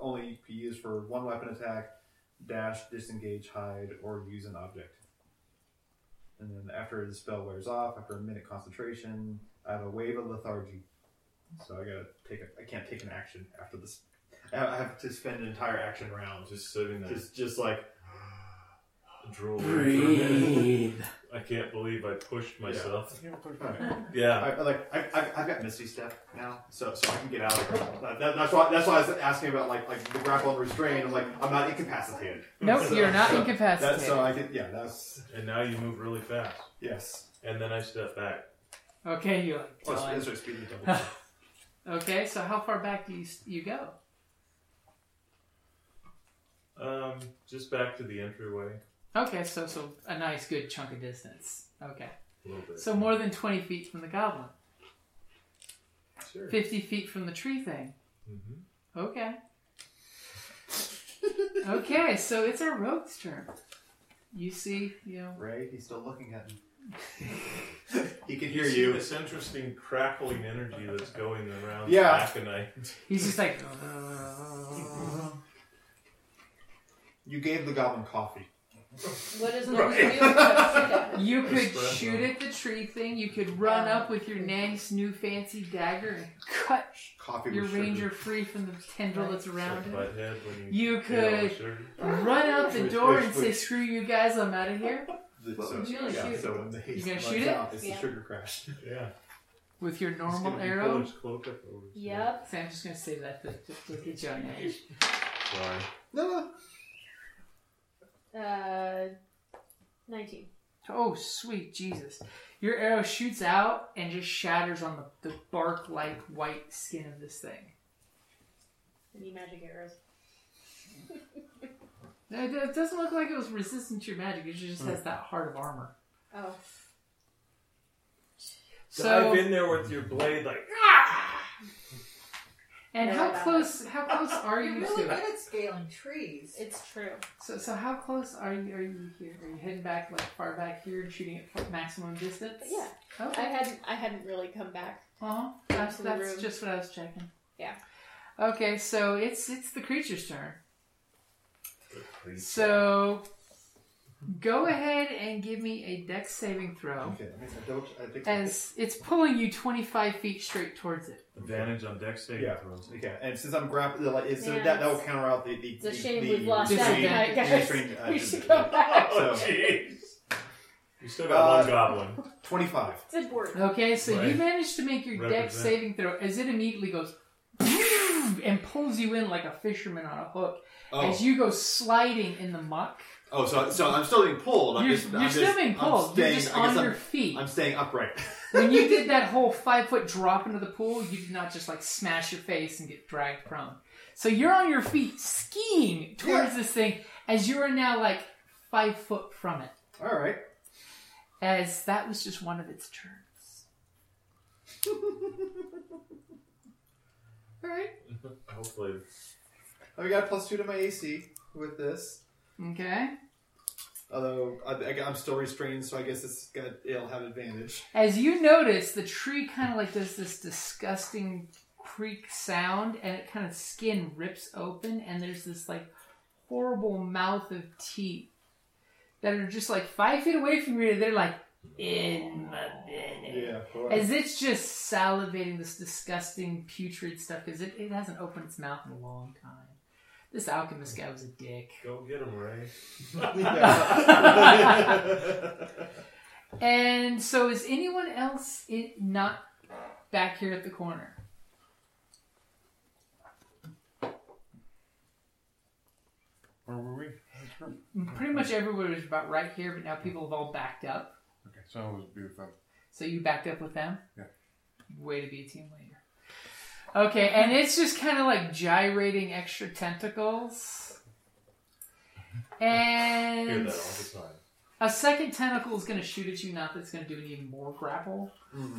S8: only be used for one weapon attack, dash, disengage, hide, or use an object. And then after the spell wears off, after a minute concentration, I have a wave of lethargy. So I gotta take a, I can't take an action after this. I I have to spend an entire action round just
S2: Just sitting there,
S8: just, just like
S2: drooling. for a minute. I can't believe I pushed myself.
S8: I,
S2: Yeah.
S8: I- like I, I, I've got Misty Step now, so so I can get out of here. That- that- that's why that's why I was asking about like like the grapple and restrain. I'm like I'm not incapacitated.
S3: Nope,
S8: So-
S3: you're not
S8: so
S3: incapacitated.
S8: That, so I can yeah that's
S2: And now you move really fast.
S8: yes.
S2: And then I step back.
S3: Okay, you're like,
S8: Plus,
S3: done.
S8: that's right, speed and double.
S3: Okay, so how far back do you you go?
S2: Um, just back to the entryway
S3: Okay, so so a nice good chunk of distance. Okay,
S2: a little bit.
S3: so more than twenty feet from the goblin,
S8: Sure.
S3: fifty feet from the tree thing.
S2: Mhm.
S3: Okay. okay, so it's our rogue's turn. You see, you know,
S8: Ray, he's still looking at me. he can hear
S2: You see
S8: you.
S2: this interesting crackling energy that's going around
S8: Yeah.
S2: the back and
S3: he's just like,
S8: You gave the goblin coffee.
S4: What does that do?
S3: you could
S2: Espresso.
S3: shoot at the tree thing. You could run up with your nice new fancy dagger and cut
S8: Coffee.
S3: your
S8: with sugar.
S3: ranger free from the tendril that's around
S2: I
S3: him.
S2: butt head when you.
S3: You
S2: get all the
S3: could
S2: sugar.
S3: run out the
S8: Wait,
S3: door
S8: wait,
S3: and say,
S8: wait.
S3: "Screw you guys, I'm out of here."
S8: The-
S4: What
S8: so-
S4: would you like
S8: yeah,
S4: shoot?
S8: So when the haste
S3: gonna
S8: runs
S3: shoot it?
S8: out, It's
S4: Yeah.
S8: the sugar crash.
S2: Yeah.
S3: With your
S2: He's
S3: normal
S2: gonna be pulling
S3: arrow?
S2: his cloak up over his head.
S4: yep.
S3: So I'm just going to say that to, just to get you on edge.
S2: Sorry.
S8: No, no.
S4: Uh, 19.
S3: Oh, sweet Jesus. Your arrow shoots out and just shatters on the, the bark like white skin of this thing.
S4: Any magic arrows?
S3: It, it doesn't look like it was resistant to your magic, it just has that heart of armor.
S4: Oh.
S2: Dive
S3: So,
S2: in there with your blade, like.
S3: and
S4: No,
S3: how
S4: I-
S3: close how close are
S6: You're
S3: you
S6: really
S3: to
S6: good
S3: it?
S6: at scaling trees.
S4: It's true.
S3: So, so how close are you are you here? Are you heading back like far back here and shooting at full- maximum distance?
S4: But yeah,
S3: Okay.
S4: I hadn't I hadn't really come back.
S3: Uh-huh. That's,
S4: Into the
S3: that's
S4: room.
S3: just what I was checking.
S4: Yeah.
S3: Okay, so it's it's the creature's turn. So go ahead and give me a dex saving throw.
S8: Okay, that means I don't. I think.
S3: As it's pulling you 25 feet straight towards it.
S2: Advantage on deck saving
S8: yeah,
S2: throws.
S8: yeah, and since I'm grappling, like, it's- so
S4: Yeah,
S8: that, that will
S4: it's-
S8: counter out the. the
S4: It's a
S8: the,
S4: shame
S8: the
S4: we've lost that
S8: restrained-
S4: guy,
S3: disadvantage.
S8: the restrained,
S4: guys.
S8: uh,
S4: We should go back.
S2: Oh,
S8: So-
S2: jeez. You still got
S8: Uh,
S2: one goblin.
S8: Twenty-five.
S4: It's important.
S3: Okay, so you
S2: Right.
S3: manage to make your dex
S2: Represent.
S3: saving throw as it immediately goes and pulls you in like a fisherman on a hook
S8: Oh.
S3: as you go sliding in the muck.
S8: Oh, so so I'm still being pulled. I'm
S3: You're,
S8: just,
S3: you're
S8: I'm
S3: still
S8: just,
S3: being
S8: I'm
S3: pulled.
S8: staying-
S3: you're just
S8: I guess
S3: on
S8: I'm-
S3: your feet.
S8: I'm staying upright.
S3: when you did that whole five foot drop into the pool, you did not just like smash your face and get dragged prone. So you're on your feet skiing towards this thing as you are now like five foot from it.
S8: All right.
S3: As that was just one of its turns.
S8: All right.
S2: Hopefully.
S8: I got a plus two to my AC with this.
S3: Okay?
S8: Although I, I, am still restrained, so I guess it's got it'll have advantage.
S3: As you notice, the tree kind of like does this disgusting creak sound and it kind of skin rips open and there's this like horrible mouth of teeth that are just like five feet away from you. They're like in my belly.
S8: Yeah.
S3: As it's just salivating this disgusting putrid stuff because it, it hasn't opened its mouth in a long time. This alchemist guy was a dick.
S2: Go get him, Ray.
S3: And so, is anyone else in, not back here at the corner?
S5: Where were we?
S3: Pretty much everywhere was about right here, but now people have all backed up.
S5: Okay, so it was beautiful.
S3: So you backed up with them.
S5: Yeah.
S3: Way to be a team leader. Okay, and it's just kind of like gyrating extra tentacles.
S2: I hear
S3: And
S2: that all the time.
S3: a second tentacle is going to shoot at you. Not that's going to do any more grapple.
S8: Mm-hmm.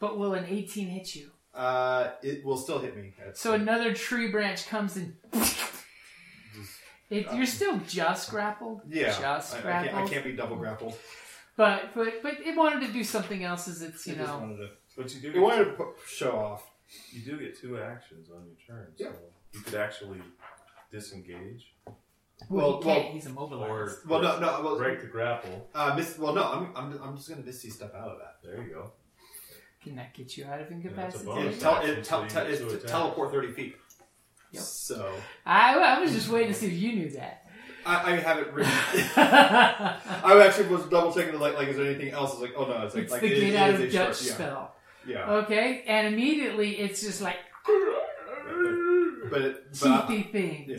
S3: But will an 18 hit you?
S8: Uh, it will still hit me. That's-
S3: So another tree branch comes and. It, you're still just grappled.
S8: um, yeah,
S3: Just
S8: I, I
S3: grappled.
S8: can't, I can't be double grappled.
S3: But but but it wanted to do something else. As it's you
S8: I just
S3: know.
S8: wanted to.
S2: But you do
S8: It
S2: get,
S8: wanted to pu- show off.
S2: you do get two actions on your turn, so
S8: Yeah.
S2: you could actually disengage
S3: Well,
S8: Well,
S3: he can't.
S8: well-
S3: he's
S2: or
S3: immobilized.
S8: Well, no, no. Well,
S2: break the grapple.
S8: Uh, miss, well, no. I'm, I'm, I'm just gonna misty step out of that.
S2: There you go.
S3: Can that get you out of
S2: that's a
S3: incapacity?
S2: bonus.
S8: It tel- it
S2: So
S8: tel-
S2: you
S8: tel-
S2: get
S8: it's
S2: two
S8: to
S2: attacks.
S8: teleport thirty feet.
S3: Yep.
S8: So
S3: I, I was just waiting to see if you knew that.
S8: I, I haven't written. I actually was double checking. Like, like, is there anything else? It's like, oh no, it's like,
S3: it's
S8: like
S3: the
S8: it-
S3: get
S8: it
S3: out of
S8: is a short-
S3: Dutch spell. Uh,
S8: Yeah, yeah.
S3: Okay, and immediately it's just like
S8: but it, but uh,
S3: teethy things.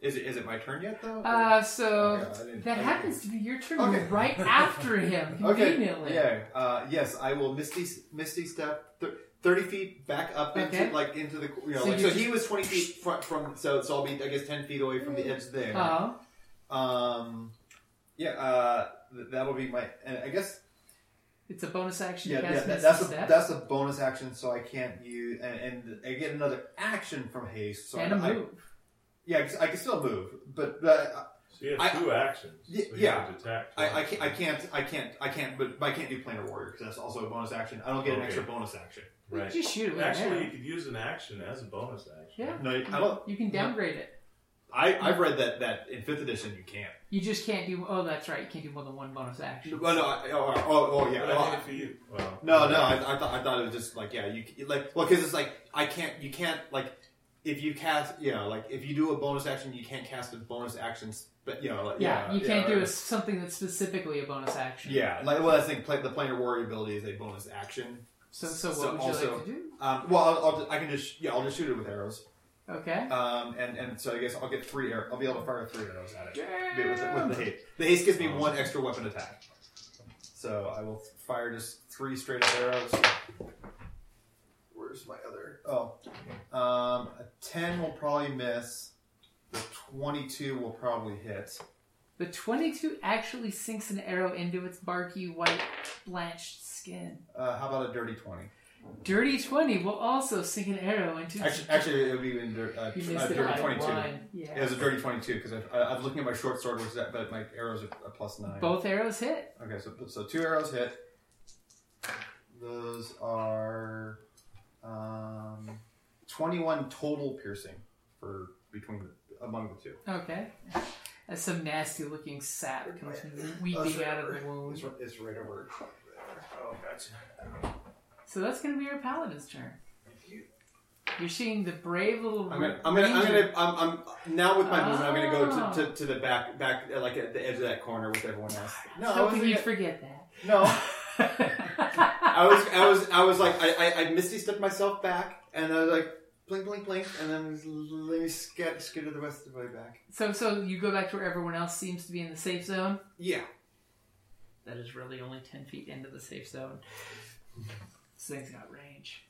S8: is it is it my turn yet though?
S3: Uh, so
S8: Okay, I didn't-
S3: that
S8: I didn't-
S3: happens to be your turn
S8: Okay.
S3: right after him,
S8: okay.
S3: conveniently.
S8: Yeah. Uh, yes, I will misty misty step thir- thirty feet back up into
S3: Okay.
S8: like into the you know
S3: So
S8: like,
S3: you
S8: so he was twenty feet from, from so so I'll be I guess ten feet away from the edge there.
S3: Oh,
S8: Um, yeah. Uh, th- that'll be my and I guess
S3: it's a bonus action.
S8: Yeah,
S3: to cast
S8: yeah that,
S3: Misty
S8: that's a
S3: Step.
S8: that's a bonus action, so I can't use and, and I get another action from haste. So
S3: and a
S8: I, I-
S3: move.
S8: yeah, I can- I can still move, but, but
S2: So you
S8: I-
S2: have two actions.
S8: Y-
S2: so you
S8: yeah.
S2: could attack
S8: I, I,
S2: twice.
S8: can't, I can't I can't I can't but I can't do planar warrior because that's also a bonus action. I don't get an
S2: Okay.
S8: extra bonus action.
S2: Right.
S3: Just shoot it. right
S2: Actually, you
S3: now.
S2: could use an action as a bonus action.
S3: yeah.
S8: No, I don't.
S3: You can downgrade it.
S8: I I've read that that in fifth edition you can't.
S3: You just can't do. Oh, that's right. You can't do more than one bonus action.
S8: Well, no, I, oh, oh, oh yeah.
S2: But
S8: well,
S2: I think if you, well,
S8: No, no, I, I thought I thought it was just like yeah, you c- like well, because it's like I can't, you can't like if you cast, you know, like if you do a bonus action, you can't cast a bonus action, but you know, like,
S3: Yeah, you can't
S8: yeah,
S3: do a, something that's specifically a bonus action.
S8: yeah, like well, I think pla the planar warrior ability is a bonus action.
S3: So, so what
S8: So
S3: would you
S8: also-
S3: like to do?
S8: Um, well, I'll, I'll, ju- I can just yeah, I'll just shoot it with arrows,
S3: Okay.
S8: um, and and so I guess I'll get three. Arrow, I'll be able to fire three arrows at it
S3: Damn.
S8: with, the- with the haste. The haste gives me one extra weapon attack, so I will fire just three straight up arrows. Where's my other? Oh, um, a ten will probably miss. The twenty-two will probably hit.
S3: The 22 actually sinks an arrow into its barky white blanched skin.
S8: Uh, how about a dirty twenty?
S3: Dirty 20 will also sink an arrow into its.
S8: Actually, actually it would be even dir- uh,
S3: you
S8: a
S3: missed it
S8: dirty
S3: by
S8: twenty-two.
S3: one. Yeah.
S8: It was a dirty twenty-two because I, I was looking at my short sword, which is that, but my arrows are a plus nine.
S3: Both arrows hit.
S8: Okay, so so two arrows hit. Those are Um, 21 total piercing for between the, among the two.
S3: Okay. As some nasty looking sap comes
S8: Oh, it's
S3: weeping
S8: right
S3: out of
S8: over-
S3: the wound.
S8: It's right, it's right over.
S7: Oh, gotcha.
S3: So that's going to be your paladin's turn. You're seeing the brave little.
S8: I'm gonna, I'm gonna, I'm
S3: ranger-
S8: gonna, I'm, I'm now with my movement. I'm
S3: Ah.
S8: gonna go to, to, to the back, back, uh, like at the edge of that corner with everyone else.
S3: I was
S8: No, I
S3: hoping
S8: wasn't
S3: you'd
S8: gonna-
S3: forget that.
S8: no. I was, I was, I was like, I, I, I misty stepped myself back, and I was like, blink, blink, blink, and then let me scat, skitter the rest of the way back.
S3: so, so you go back to where everyone else seems to be in the safe zone.
S8: Yeah.
S3: That is really only ten feet into the safe zone. This thing's got range.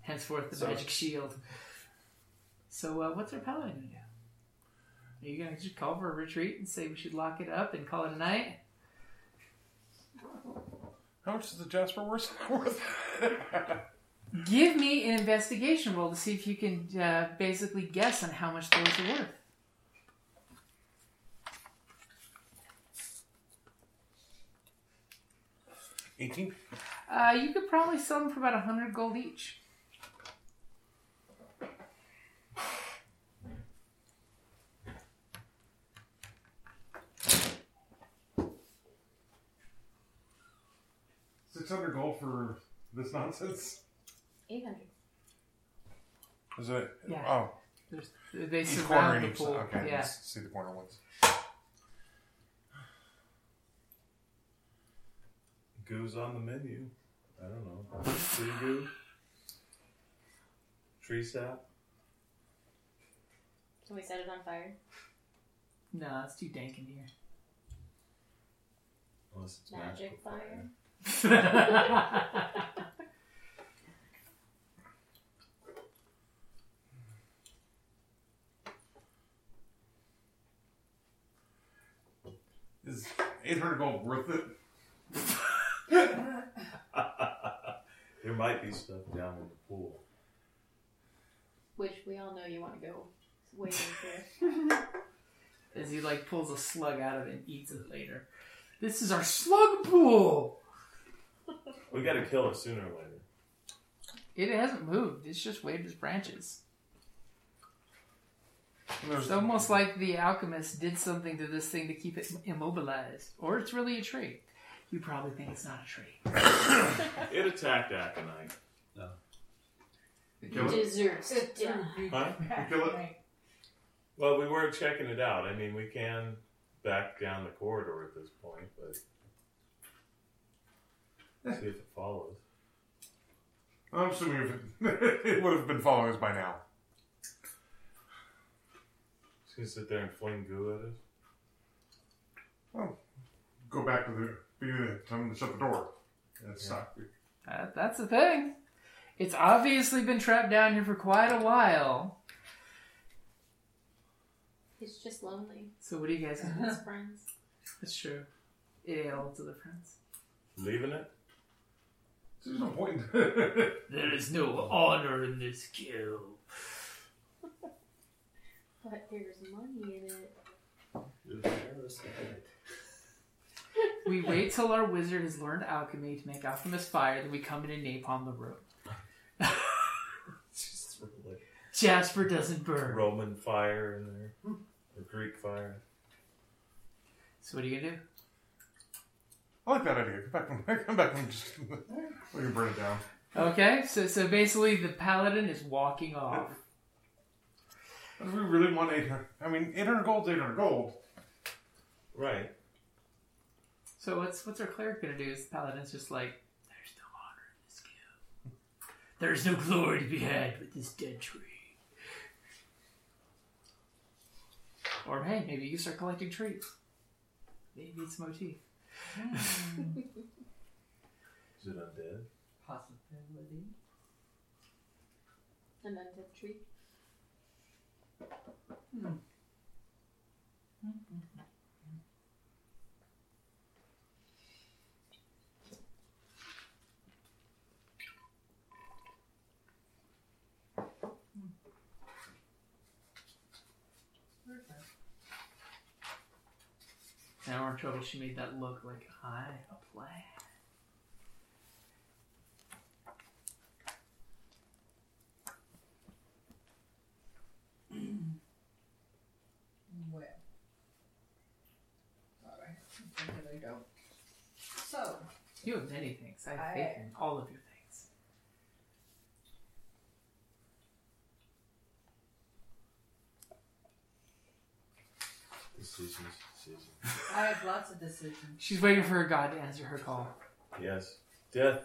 S3: Henceforth, the
S8: So-
S3: magic shield. So, uh, what's our paladin gonna do? Are you gonna just call for a retreat and say we should lock it up and call it a night?
S5: How much is the Jasper worth? worth?
S3: Give me an investigation roll to see if you can uh, basically guess on how much those are worth.
S5: Eighteen.
S3: Uh, you could probably sell them for about hundred gold each.
S5: Six hundred gold for this nonsense.
S4: 800.
S5: Is it?
S3: Yeah.
S5: Oh,
S3: There's, they
S5: each corner
S3: surround
S5: and
S3: the
S5: each.
S3: pool.
S5: Okay,
S3: yeah.
S5: let's see the corner ones.
S2: Goo's on the menu. I don't know. Tree goo? Tree sap?
S4: Can we set it on fire?
S3: No, it's too dank in here.
S2: Unless it's
S4: Magic fire?
S5: Is eight hundred gold Oh, worth it?
S2: There might be stuff down in the pool.
S4: Which we all know you want to go way into.
S3: As he like pulls a slug out of it and eats it later. This is our slug pool.
S2: We gotta kill it sooner or later.
S3: It hasn't moved. It's just waved its branches.
S5: There's
S3: It's almost like the alchemist did something to this thing to keep it immobilized, or it's really a tree. You probably think it's not a tree.
S2: It attacked Aconite.
S8: Kill it.
S4: Deserves to
S6: It's
S4: die.
S2: Huh?
S8: Kill it.
S2: Well, we were checking it out. I mean, we can back down the corridor at this point, but
S5: Eh.
S2: see if it follows.
S5: I'm assuming if it, it would have been following us by now.
S2: It's gonna sit there and fling goo at us.
S5: Go back to the beginning. of the- Tell them to shut the door. And it's stuck.
S3: Uh, that's the thing. It's obviously been trapped down here for quite a while.
S4: He's just lonely.
S3: So what do you guys?
S4: His friends.
S3: That's true. It ain't all to the friends.
S2: Leaving it?
S5: There's no point. in-
S3: There is no honor in this kill.
S4: But there's money in it.
S3: We wait till our wizard has learned alchemy to make alchemist fire, then we come in and napalm the room.
S2: It's just sort of like
S3: Jasper doesn't burn.
S2: Roman fire in there,
S5: Hmm.
S2: or Greek fire.
S3: So what are you gonna do?
S5: I like that idea. Come back and come back and just we can burn it down.
S3: Okay, so so basically the paladin is walking off.
S5: If we really want eight hundred, I mean eight hundred gold, eight hundred gold.
S2: Right.
S3: So what's what's our cleric gonna do? Is the paladin's just like, there's no honor in this kill. There's no glory to be had with this dead tree. Or hey, maybe you start collecting trees. Maybe it's some motif.
S2: Is it undead?
S3: Possibility.
S4: An undead tree.
S3: Now we're in trouble. She made that look like I a plan.
S6: So,
S3: You have many things. I have
S6: I-
S3: faith in all of your things.
S2: Decisions, decisions.
S6: I have lots of decisions.
S3: She's waiting for her god to answer her call.
S2: Yes. Death,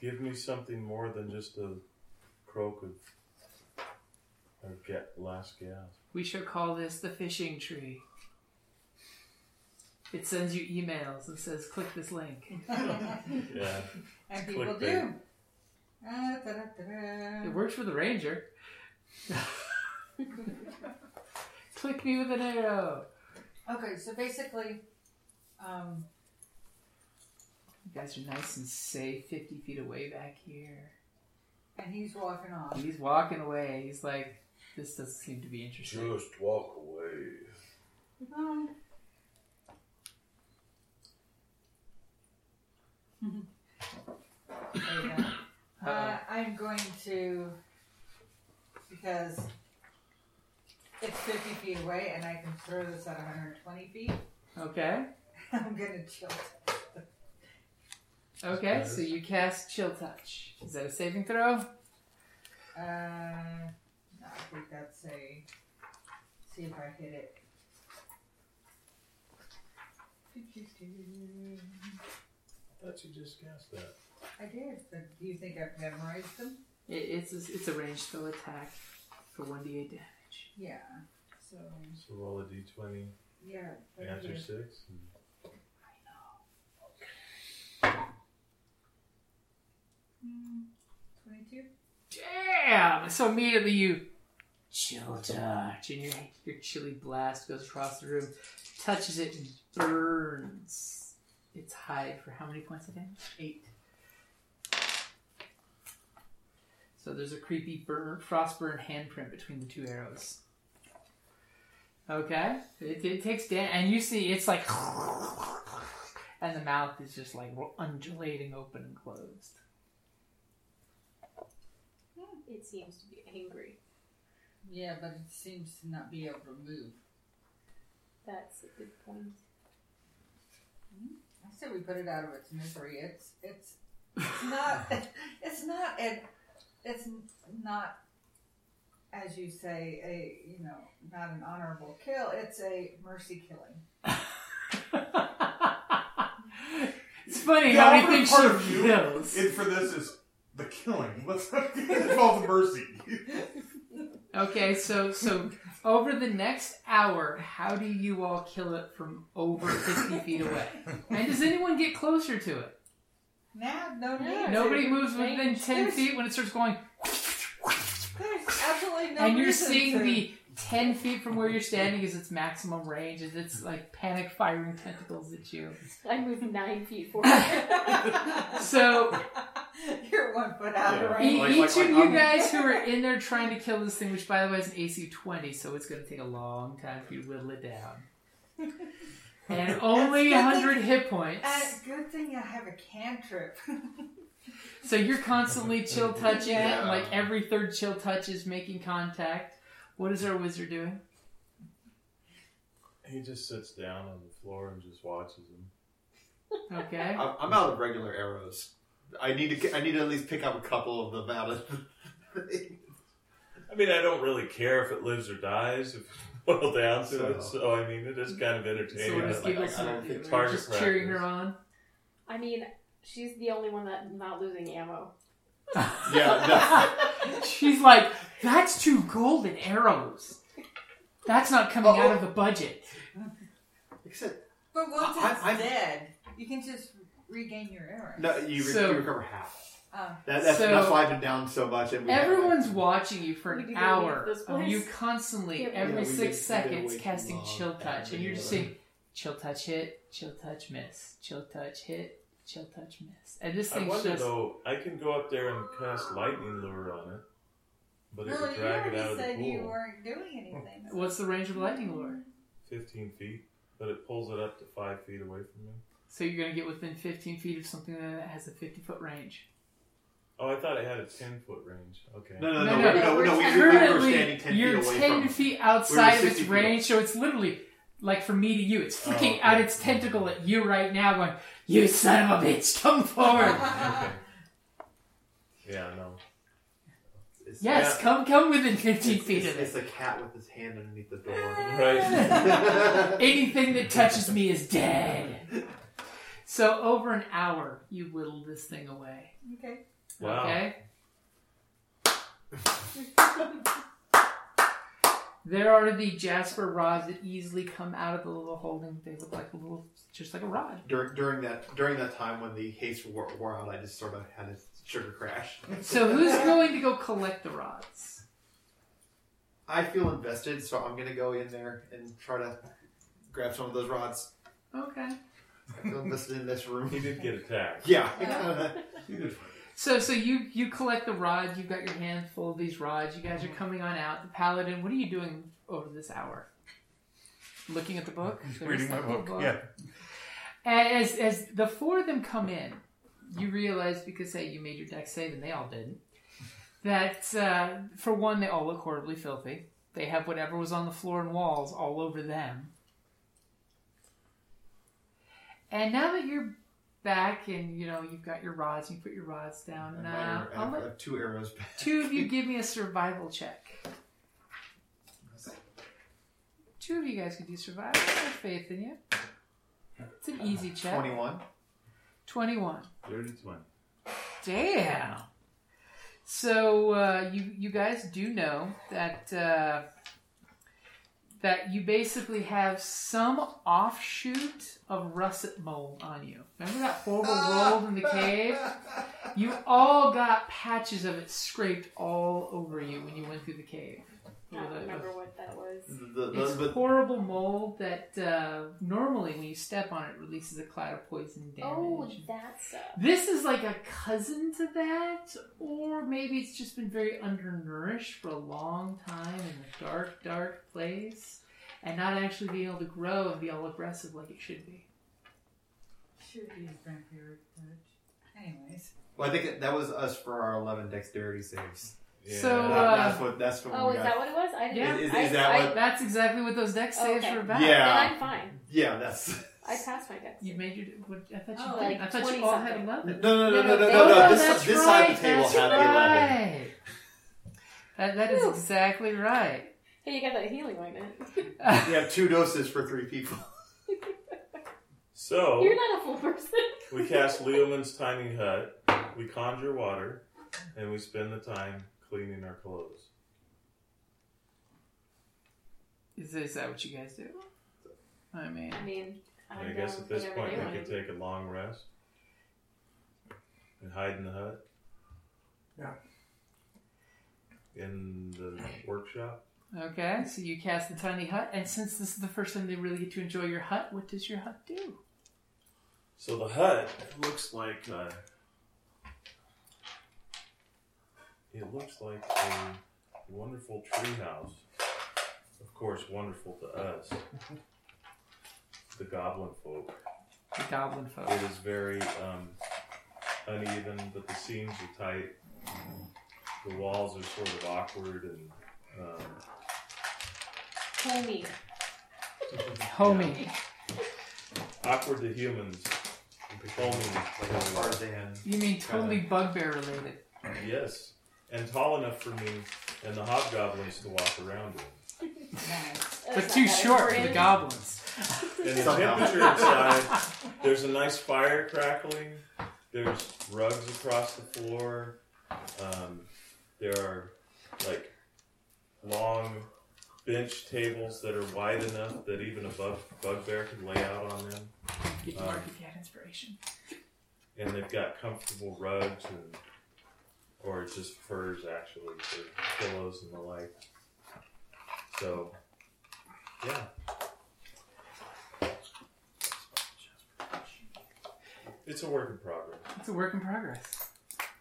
S2: give me something more than just a croak of or get last gasp.
S3: We shall call this the fishing tree. It sends you emails and says, click this link.
S6: Mm-hmm.
S2: Yeah.
S6: And people do.
S2: Clickbait.
S6: Ah, da-da-da-da.
S3: It works for the ranger. click me with an arrow.
S6: Okay, so basically, um,
S3: You guys are nice and safe 50 feet away back here.
S6: and he's walking off.
S3: He's walking away. He's like, this doesn't seem to be interesting.
S7: Just walk away.
S6: Um, there you go. uh, I'm going to because it's 50 feet away and I can throw this at 120 feet.
S3: Okay.
S6: I'm gonna chill.
S3: Okay, so you cast Chill Touch. Is that a saving throw?
S6: Uh, no, I think that's a. See if I hit it.
S2: I thought you just guessed that.
S6: I did, but do you think I've memorized them?
S3: It, it's, a, it's a ranged spell attack for 1d8 damage.
S6: Yeah. So
S2: So roll a d20,
S6: yeah. that's
S2: answer
S6: it.
S2: six. and
S6: Twenty-two.
S3: Damn! So immediately you chill touch, and your, your chilly blast goes across the room, touches it, and burns its hide for how many points of damage?
S6: Eight.
S3: So there's a creepy burn, frostburn handprint between the two arrows. Okay, it, it takes damage, and you see it's like, and the mouth is just like undulating open and closed.
S4: It seems to be angry.
S6: Yeah, but it seems to not be able to move.
S4: That's a good point.
S6: I said we put it out of its misery. It's it's it's not it's not an it's not as you say a you know not an honorable kill. It's a mercy killing.
S3: it's funny
S5: Yeah,
S3: how
S5: what
S3: many things
S5: part of
S3: she
S5: you
S3: kills.
S5: in for this is the killing. Let's it's all the mercy.
S3: Okay, so so over the next hour, how do you all kill it from over fifty feet away? And does anyone get closer to it?
S6: Now no need.
S4: Yeah.
S6: to.
S3: Nobody moves within
S4: Range.
S3: ten feet when it starts going,
S6: There's absolutely no.
S3: and you're
S6: reason
S3: seeing
S6: to.
S3: the ten feet from where you're standing is its maximum range, as it's like panic firing tentacles at you.
S4: I moved nine feet forward.
S3: So
S6: you're one foot out
S2: Yeah.
S6: right.
S3: E-
S7: Like-
S3: each
S7: like-
S3: of
S7: like
S3: you
S7: I'm-
S3: guys who are in there trying to kill this thing, which by the way is an AC 20, so it's going to take a long time for you to whittle it down. And only
S6: That's
S3: 100 hit points.
S6: Uh, good thing I have a cantrip.
S3: So you're constantly chill touching it, and
S7: Yeah.
S3: like every third chill touch is making contact. What is our wizard doing?
S2: He just sits down on the floor and just watches him.
S3: Okay.
S9: I'm, I'm out of regular arrows. I need to. get- I need to at least pick up a couple of them out of.
S2: I mean, I don't really care if it lives or dies, if it's boiled down to it.
S9: So-
S2: So, I mean, it is kind of
S3: So
S2: entertaining.
S3: we're just
S2: Like,
S3: giving
S9: I don't think
S3: some, we're
S2: target
S3: just cheering her
S2: practice.
S3: on.
S4: I mean, she's the only one that's not losing ammo.
S9: yeah.
S3: She's like, that's two golden arrows. That's not coming out of the budget.
S9: No, except
S6: But once
S9: I-
S6: it's
S9: I'm-
S6: dead, you can just regain your arrow.
S9: no, you, re-
S3: So-
S9: you recover half.
S6: Oh.
S9: That, that's,
S3: So-
S9: that's why I've been down so much. And we haven't-
S3: Everyone's watching you for
S4: We
S3: an
S4: could go
S3: hour
S4: leave this
S3: of
S4: place.
S3: you constantly,
S4: Yeah,
S3: every
S9: we did- we
S3: six
S9: did
S3: seconds,
S9: wait
S3: casting
S9: long
S3: chill touch, and you're just
S9: after.
S3: saying, chill touch hit, chill touch miss, chill touch hit, chill touch miss. And this
S2: I
S3: thing's
S2: wonder
S3: just.
S2: though, I can go up there and cast lightning lure on it, but it
S6: No,
S2: would
S6: you
S2: drag
S6: already
S2: it out of the
S6: said you
S2: pool
S6: weren't doing anything.
S3: What's the range
S4: Mm-hmm.
S3: of lightning lure?
S2: 15 feet, but it pulls it up to 5 feet away from me.
S3: So you're going to get within 15 feet of something that has a 50 foot range.
S2: Oh, I thought it had a 10 foot range. Okay.
S9: No, no,
S3: No,
S9: no,
S3: no,
S9: we- no,
S6: we're
S9: we- no, we, we, were
S3: Currently,
S9: standing 10
S3: you're
S9: feet away
S3: 10
S9: from
S3: feet outside of
S9: 60
S3: its
S9: feet. Oh,
S3: range, so it's literally like from me to you, it's flicking
S2: okay.
S3: out its tentacle at you right now, going, You son of a bitch, come forward.
S2: Yeah, no.
S8: It's-
S3: yes,
S8: yeah.
S3: come, come within 15
S8: It's,
S3: feet
S8: it's,
S3: of
S8: it's
S3: this.
S8: a cat with his hand underneath the door.
S2: Right.
S3: Anything that touches me is dead. So over an hour, you whittle this thing away.
S6: Okay.
S8: Oh.
S2: Wow.
S3: Okay. there are the jasper rods that easily come out of the little holding. They look like a little, just like a rod.
S9: During, during that during that time when the haste wore, wore out, I just sort of had a sugar crash.
S3: So who's going to go collect the rods?
S9: I feel invested, so I'm gonna go in there and try to grab some of those rods.
S3: Okay.
S9: I feel invested in this room.
S2: He did get attacked.
S9: Yeah, I kinda-
S3: So so you you collect the rods. You've got your hands full of these rods. You guys
S5: Mm-hmm.
S3: are coming on out. The paladin, what are you doing over this hour? Looking at the book. There's
S5: Reading my
S3: that little
S5: book. Yeah.
S3: As as the four of them come in, you realize because hey, you made your deck save and they all didn't. That uh, for one, they all look horribly filthy. They have whatever was on the floor and walls all over them. And now that you're back and you know you've got your rods, you put your rods down.
S9: And my
S3: Now
S9: arrow- I
S3: I'll let
S9: have two arrows back.
S3: two of you give me a survival check. Two of you guys can do survival. I have faith in you. It's an easy check.
S9: Twenty-one.
S3: 21.
S2: Dirty twin.
S3: Damn. So uh, you you guys do know that uh, that you basically have some offshoot of russet mole on you. Remember that horrible roll in the cave? You all got patches of it scraped all over you when you went through the cave.
S4: I don't remember what that was.
S9: The, the,
S3: It's
S9: the-
S3: horrible mold that uh, normally, when you step on it, releases a cloud of poison damage.
S4: Oh, that stuff.
S3: This is like a cousin to that, or maybe it's just been very undernourished for a long time in a dark, dark place, and not actually being able to grow and be all aggressive like it should be.
S6: Sure, he's vampiric touch. Anyways.
S9: well, I think that- that was us for our eleven dexterity saves.
S2: Yeah.
S3: So,
S9: That-
S3: uh,
S9: that's what that's what
S4: Oh,
S9: we got.
S4: is that what it was? I
S3: Yeah.
S4: didn't.
S9: Is- is-
S4: I,
S9: is that
S4: I,
S9: what-
S3: That's exactly what those deck saves
S4: Okay.
S3: were about.
S4: Then
S9: Yeah.
S4: I'm fine.
S9: Yeah, that's.
S4: I passed my deck.
S3: You made your. What, I thought you
S4: Oh,
S3: did.
S4: like
S3: I thought you
S4: 20
S3: all had
S4: something.
S3: eleven.
S9: No, no, no, no, no, no.
S4: No, no, they-
S9: no.
S4: Oh,
S9: This,
S3: that's
S9: this side
S3: right.
S9: of the table
S3: that's
S9: had the eleven.
S3: right. That, that is
S4: Whew.
S3: exactly right.
S4: Hey, you got that healing ointment.
S9: You have two doses for three people. Oh.
S2: So
S4: You're not a full person.
S2: we cast Leoman's tiny hut. We conjure water, and we spend the time cleaning our clothes.
S3: Is, is that what you guys do? I mean,
S4: I mean, I,
S2: And I
S4: don't
S2: guess
S4: know,
S2: at this
S4: whatever
S2: point
S4: they
S2: we
S4: wanted.
S2: could take a long rest and hide in the hut.
S5: Yeah.
S2: In the workshop.
S3: okay. So you cast the tiny hut, and since this is the first time they really get to enjoy your hut, what does your hut do?
S2: So the hut looks like uh, it looks like a wonderful treehouse. Of course, wonderful to us, the goblin folk.
S3: The goblin folk.
S2: It is very um, uneven, but the seams are tight. The walls are sort of awkward and um,
S4: Homie.
S3: Homie.
S2: awkward to humans. Homey,
S9: Like a Tarzan.
S3: You mean totally bugbear related?
S2: yes, and tall enough for me and the hobgoblins to walk around in.
S4: That's
S3: But
S4: not
S3: too
S4: that
S3: short for the
S4: important.
S3: goblins.
S2: And the temperature inside, there's a nice fire crackling. There's rugs across the floor. Um, there are like long bench tables that are wide enough that even a bug, bugbear can lay out on them.
S3: Get to
S2: Um,
S3: mark if you had inspiration.
S2: And they've got comfortable rugs and or just furs actually for pillows and the like. So yeah. It's a work in progress.
S3: It's a work in progress.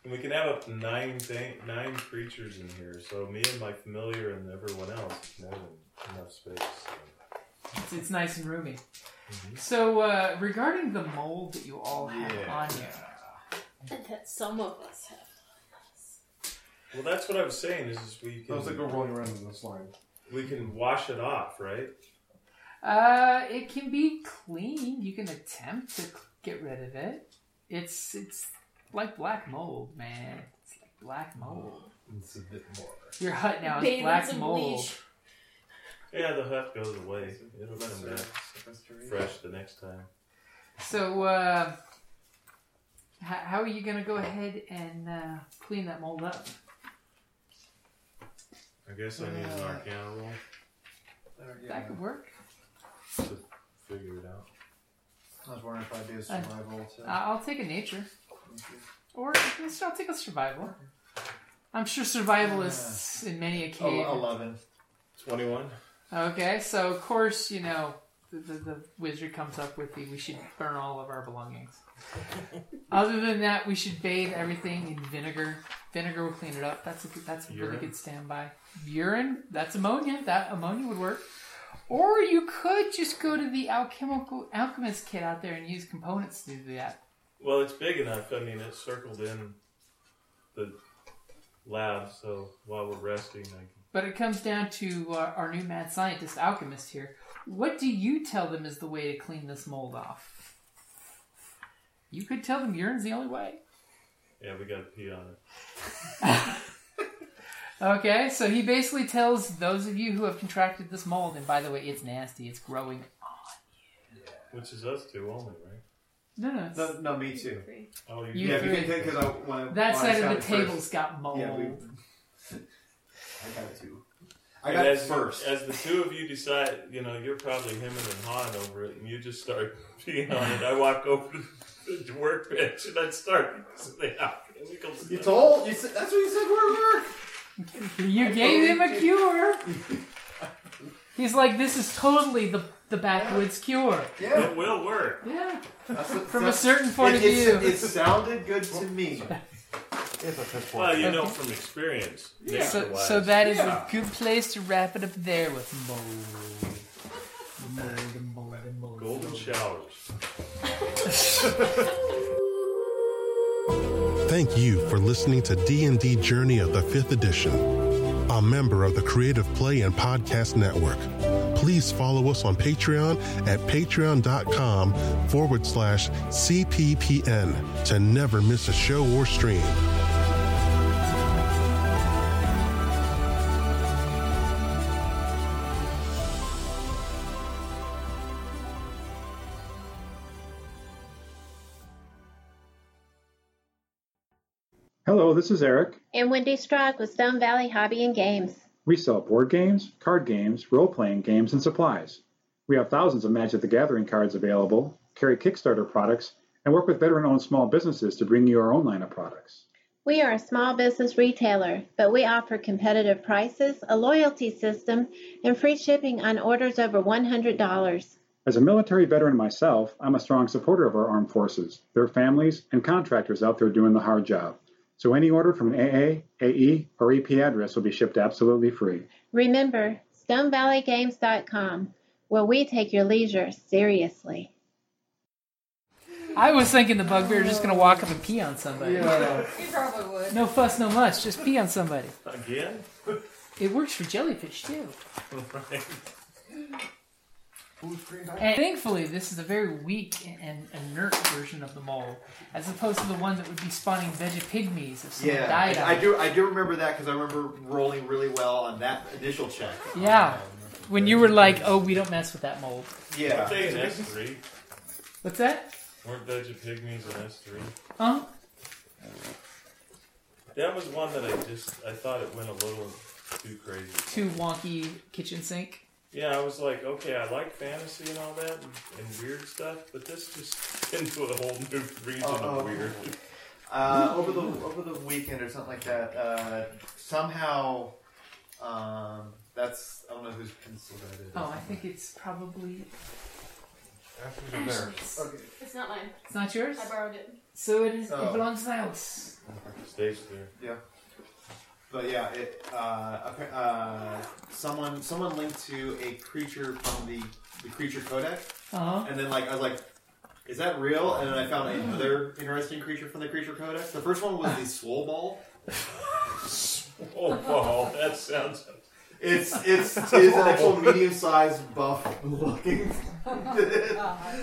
S2: And we can have up to nine thing, nine creatures in here. So me and my familiar and everyone else is more than enough space.
S3: It's, it's nice and roomy. So uh, regarding the mold that you all have
S9: Yeah.
S3: on you,
S4: That some of us have.
S2: Well, that's what I was saying. Is, is we
S5: Sounds like we're
S2: can
S5: rolling around in the slime.
S2: we can wash it off, right?
S3: Uh, it can be cleaned. You can attempt to c- get rid of it. It's it's like black mold, man. It's like black mold.
S10: It's a bit more.
S3: Your hut now
S4: Bathe
S3: is
S4: in
S3: black
S4: some
S3: mold.
S4: bleach.
S2: Yeah, the hut goes away. It'll come back
S10: Fresh.
S2: fresh the next time.
S3: So, uh, h- how are you going to go ahead and uh, clean that mold up?
S2: I guess I
S10: Uh,
S2: need an Arcana roll
S10: There,
S3: That
S10: yeah.
S3: could work.
S2: to figure it out.
S10: I was wondering if I do survival.
S3: I-
S10: to
S3: I'll take a nature, or let's I'll take a survival. I'm sure survivalists in many a
S10: Oh,
S3: cave.
S10: Eleven.
S2: Twenty-one.
S3: Okay, so of course you know the, the, the wizard comes up with the we should burn all of our belongings. Other than that, we should bathe everything in vinegar. Vinegar will clean it up. That's a good- that's a really
S2: Urine.
S3: good standby. Urine. That's ammonia. That ammonia would work. Or you could just go to the alchemical alchemist kit out there and use components to do that.
S2: Well, it's big enough. I mean, it's circled in the lab, so while we're resting, I can
S3: But it comes down to uh, our new mad scientist alchemist here. What do you tell them is the way to clean this mold off? You could tell them urine's the only way.
S2: Yeah, we gotta pee on it.
S3: Okay, so he basically tells those of you who have contracted this mold, and by the way, it's nasty, it's growing.
S2: Which is us two only, right?
S3: No, no, it's,
S10: No, no, me too.
S2: Oh,
S3: You
S10: yeah,
S3: three.
S10: you can take because I want to.
S3: that side of the table's got mold.
S10: Yeah, we. I got two. I
S2: And
S10: got
S2: as,
S10: first.
S2: As the two of you decide, you know, you're probably hemming and hawing over it, and you just start peeing on it. I walk over to the workbench and I start using the alchemical
S10: you
S2: stuff.
S10: told you said that's what you said. We're work.
S3: You gave him a cure. He's like, this is totally the the backwoods cure.
S10: Yeah.
S2: It will work.
S3: Yeah,
S10: That's what-
S3: from a
S10: that's-
S3: certain point
S10: it, it's-
S3: of view.
S10: It sounded good to me.
S11: It's a piss poor
S2: Well, you
S3: Okay.
S2: know from experience.
S3: So,
S2: nature-wise.
S3: so that is
S10: Yeah.
S3: a good place to wrap it up there with mold. Mold and mold and mold.
S2: golden showers.
S12: Thank you for listening to D&D Journey of the 5th Edition, a member of the Creative Play and Podcast Network. Please follow us on Patreon at patreon.com forward slash CPPN to never miss a show or stream.
S5: Hello, this is Eric.
S1: And Wendy Strock with Stone Valley Hobby and Games.
S5: We sell board games, card games, role playing games, and supplies. We have thousands of Magic the Gathering cards available, carry Kickstarter products, and work with veteran owned small businesses to bring you our own line of products.
S1: We are a small business retailer, but we offer competitive prices, a loyalty system, and free shipping on orders over $100.
S5: As a military veteran myself, I'm a strong supporter of our armed forces, their families, and contractors out there doing the hard job. So any order from an AA, AE, E, or EP address will be shipped absolutely free.
S1: Remember, StoneValleyGames.com, where we take your leisure seriously.
S3: I was thinking the bugbear was just gonna walk up and pee on somebody.
S10: Uh,
S6: You probably would.
S3: No fuss, no muss. Just pee on somebody.
S2: Again?
S3: It works for jellyfish too.
S2: right.
S3: And thankfully, this is a very weak and inert version of the mole, as opposed to the one that would be spawning veggie pygmies if someone
S8: Yeah,
S3: died. on
S8: I, I
S3: it.
S8: do. I do remember that because I remember rolling really well on that initial check.
S3: Yeah. When you were like, "Oh, we don't mess with that mold."
S8: Yeah,
S2: They in S three
S3: What's that?
S2: weren't Veggie Pygmies in S three.
S3: Huh?
S2: That was one that I just I thought it went a little too crazy.
S3: Too wonky kitchen sink.
S2: Yeah, I was like, okay, I like fantasy and all that and, and weird stuff, but this just into a whole new region
S8: Uh-oh.
S2: of weird.
S8: uh, over the over the weekend or something like that. Uh, somehow, um, that's I don't know whose pencil that is.
S3: Oh, I think it's probably
S11: After the there.
S4: It's not mine.
S3: it's not yours.
S4: I borrowed it.
S3: So it is. It
S8: Oh.
S3: belongs to Niles.
S2: Stage there.
S8: Yeah. But yeah, it, uh, appa- uh, someone someone linked to a creature from the, the creature codec,
S3: Uh huh.
S8: and then like I was like, is that real? And then I found another interesting creature from the creature codec. The first one was the swole ball.
S2: Oh wow, that sounds
S8: It's it's it's
S13: That's
S8: an
S13: horrible.
S8: actual medium sized buff looking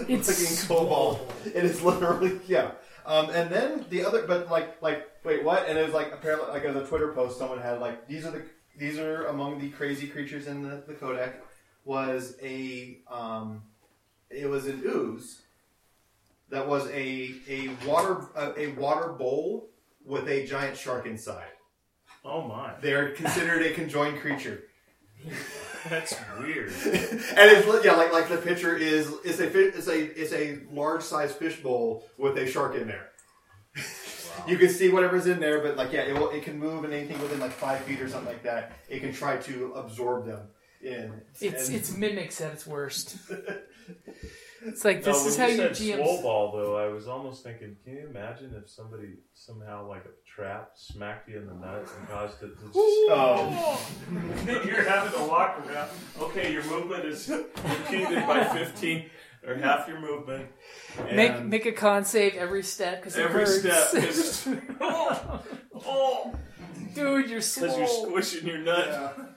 S13: It's
S8: looking cobalt. It is literally yeah. Um, and then the other, but like like wait what? And it was like apparently like as a Twitter post, someone had like these are the these are among the crazy creatures in the, the Kodak was a um, it was an ooze that was a a water a, a water bowl with a giant shark inside.
S2: Oh my!
S8: They're considered a conjoined creature.
S2: That's weird.
S8: and it's li- yeah, like like the picture is it's a fi- it's a it's a large size fishbowl with a shark in there. you can see whatever's in there, but like yeah, it will, it can move and anything within like five feet or something like that. It can try to absorb them in.
S3: It's
S8: And-
S3: it's mimics at its worst. It's like
S2: No,
S3: this
S2: Oh, when
S3: is how
S2: you
S3: your
S2: said swole
S3: GMs.
S2: ball, though, I was almost thinking, can you imagine if somebody somehow like a trap smacked you in the nuts and caused it to just
S8: Oh.
S2: you're having to walk around. Okay, your movement is impeded by fifteen or half your movement. And
S3: Make make a con save every step because it
S2: every
S3: hurts.
S2: step is oh,
S3: Dude, you're
S2: because you're
S3: swole.
S2: squishing your nut.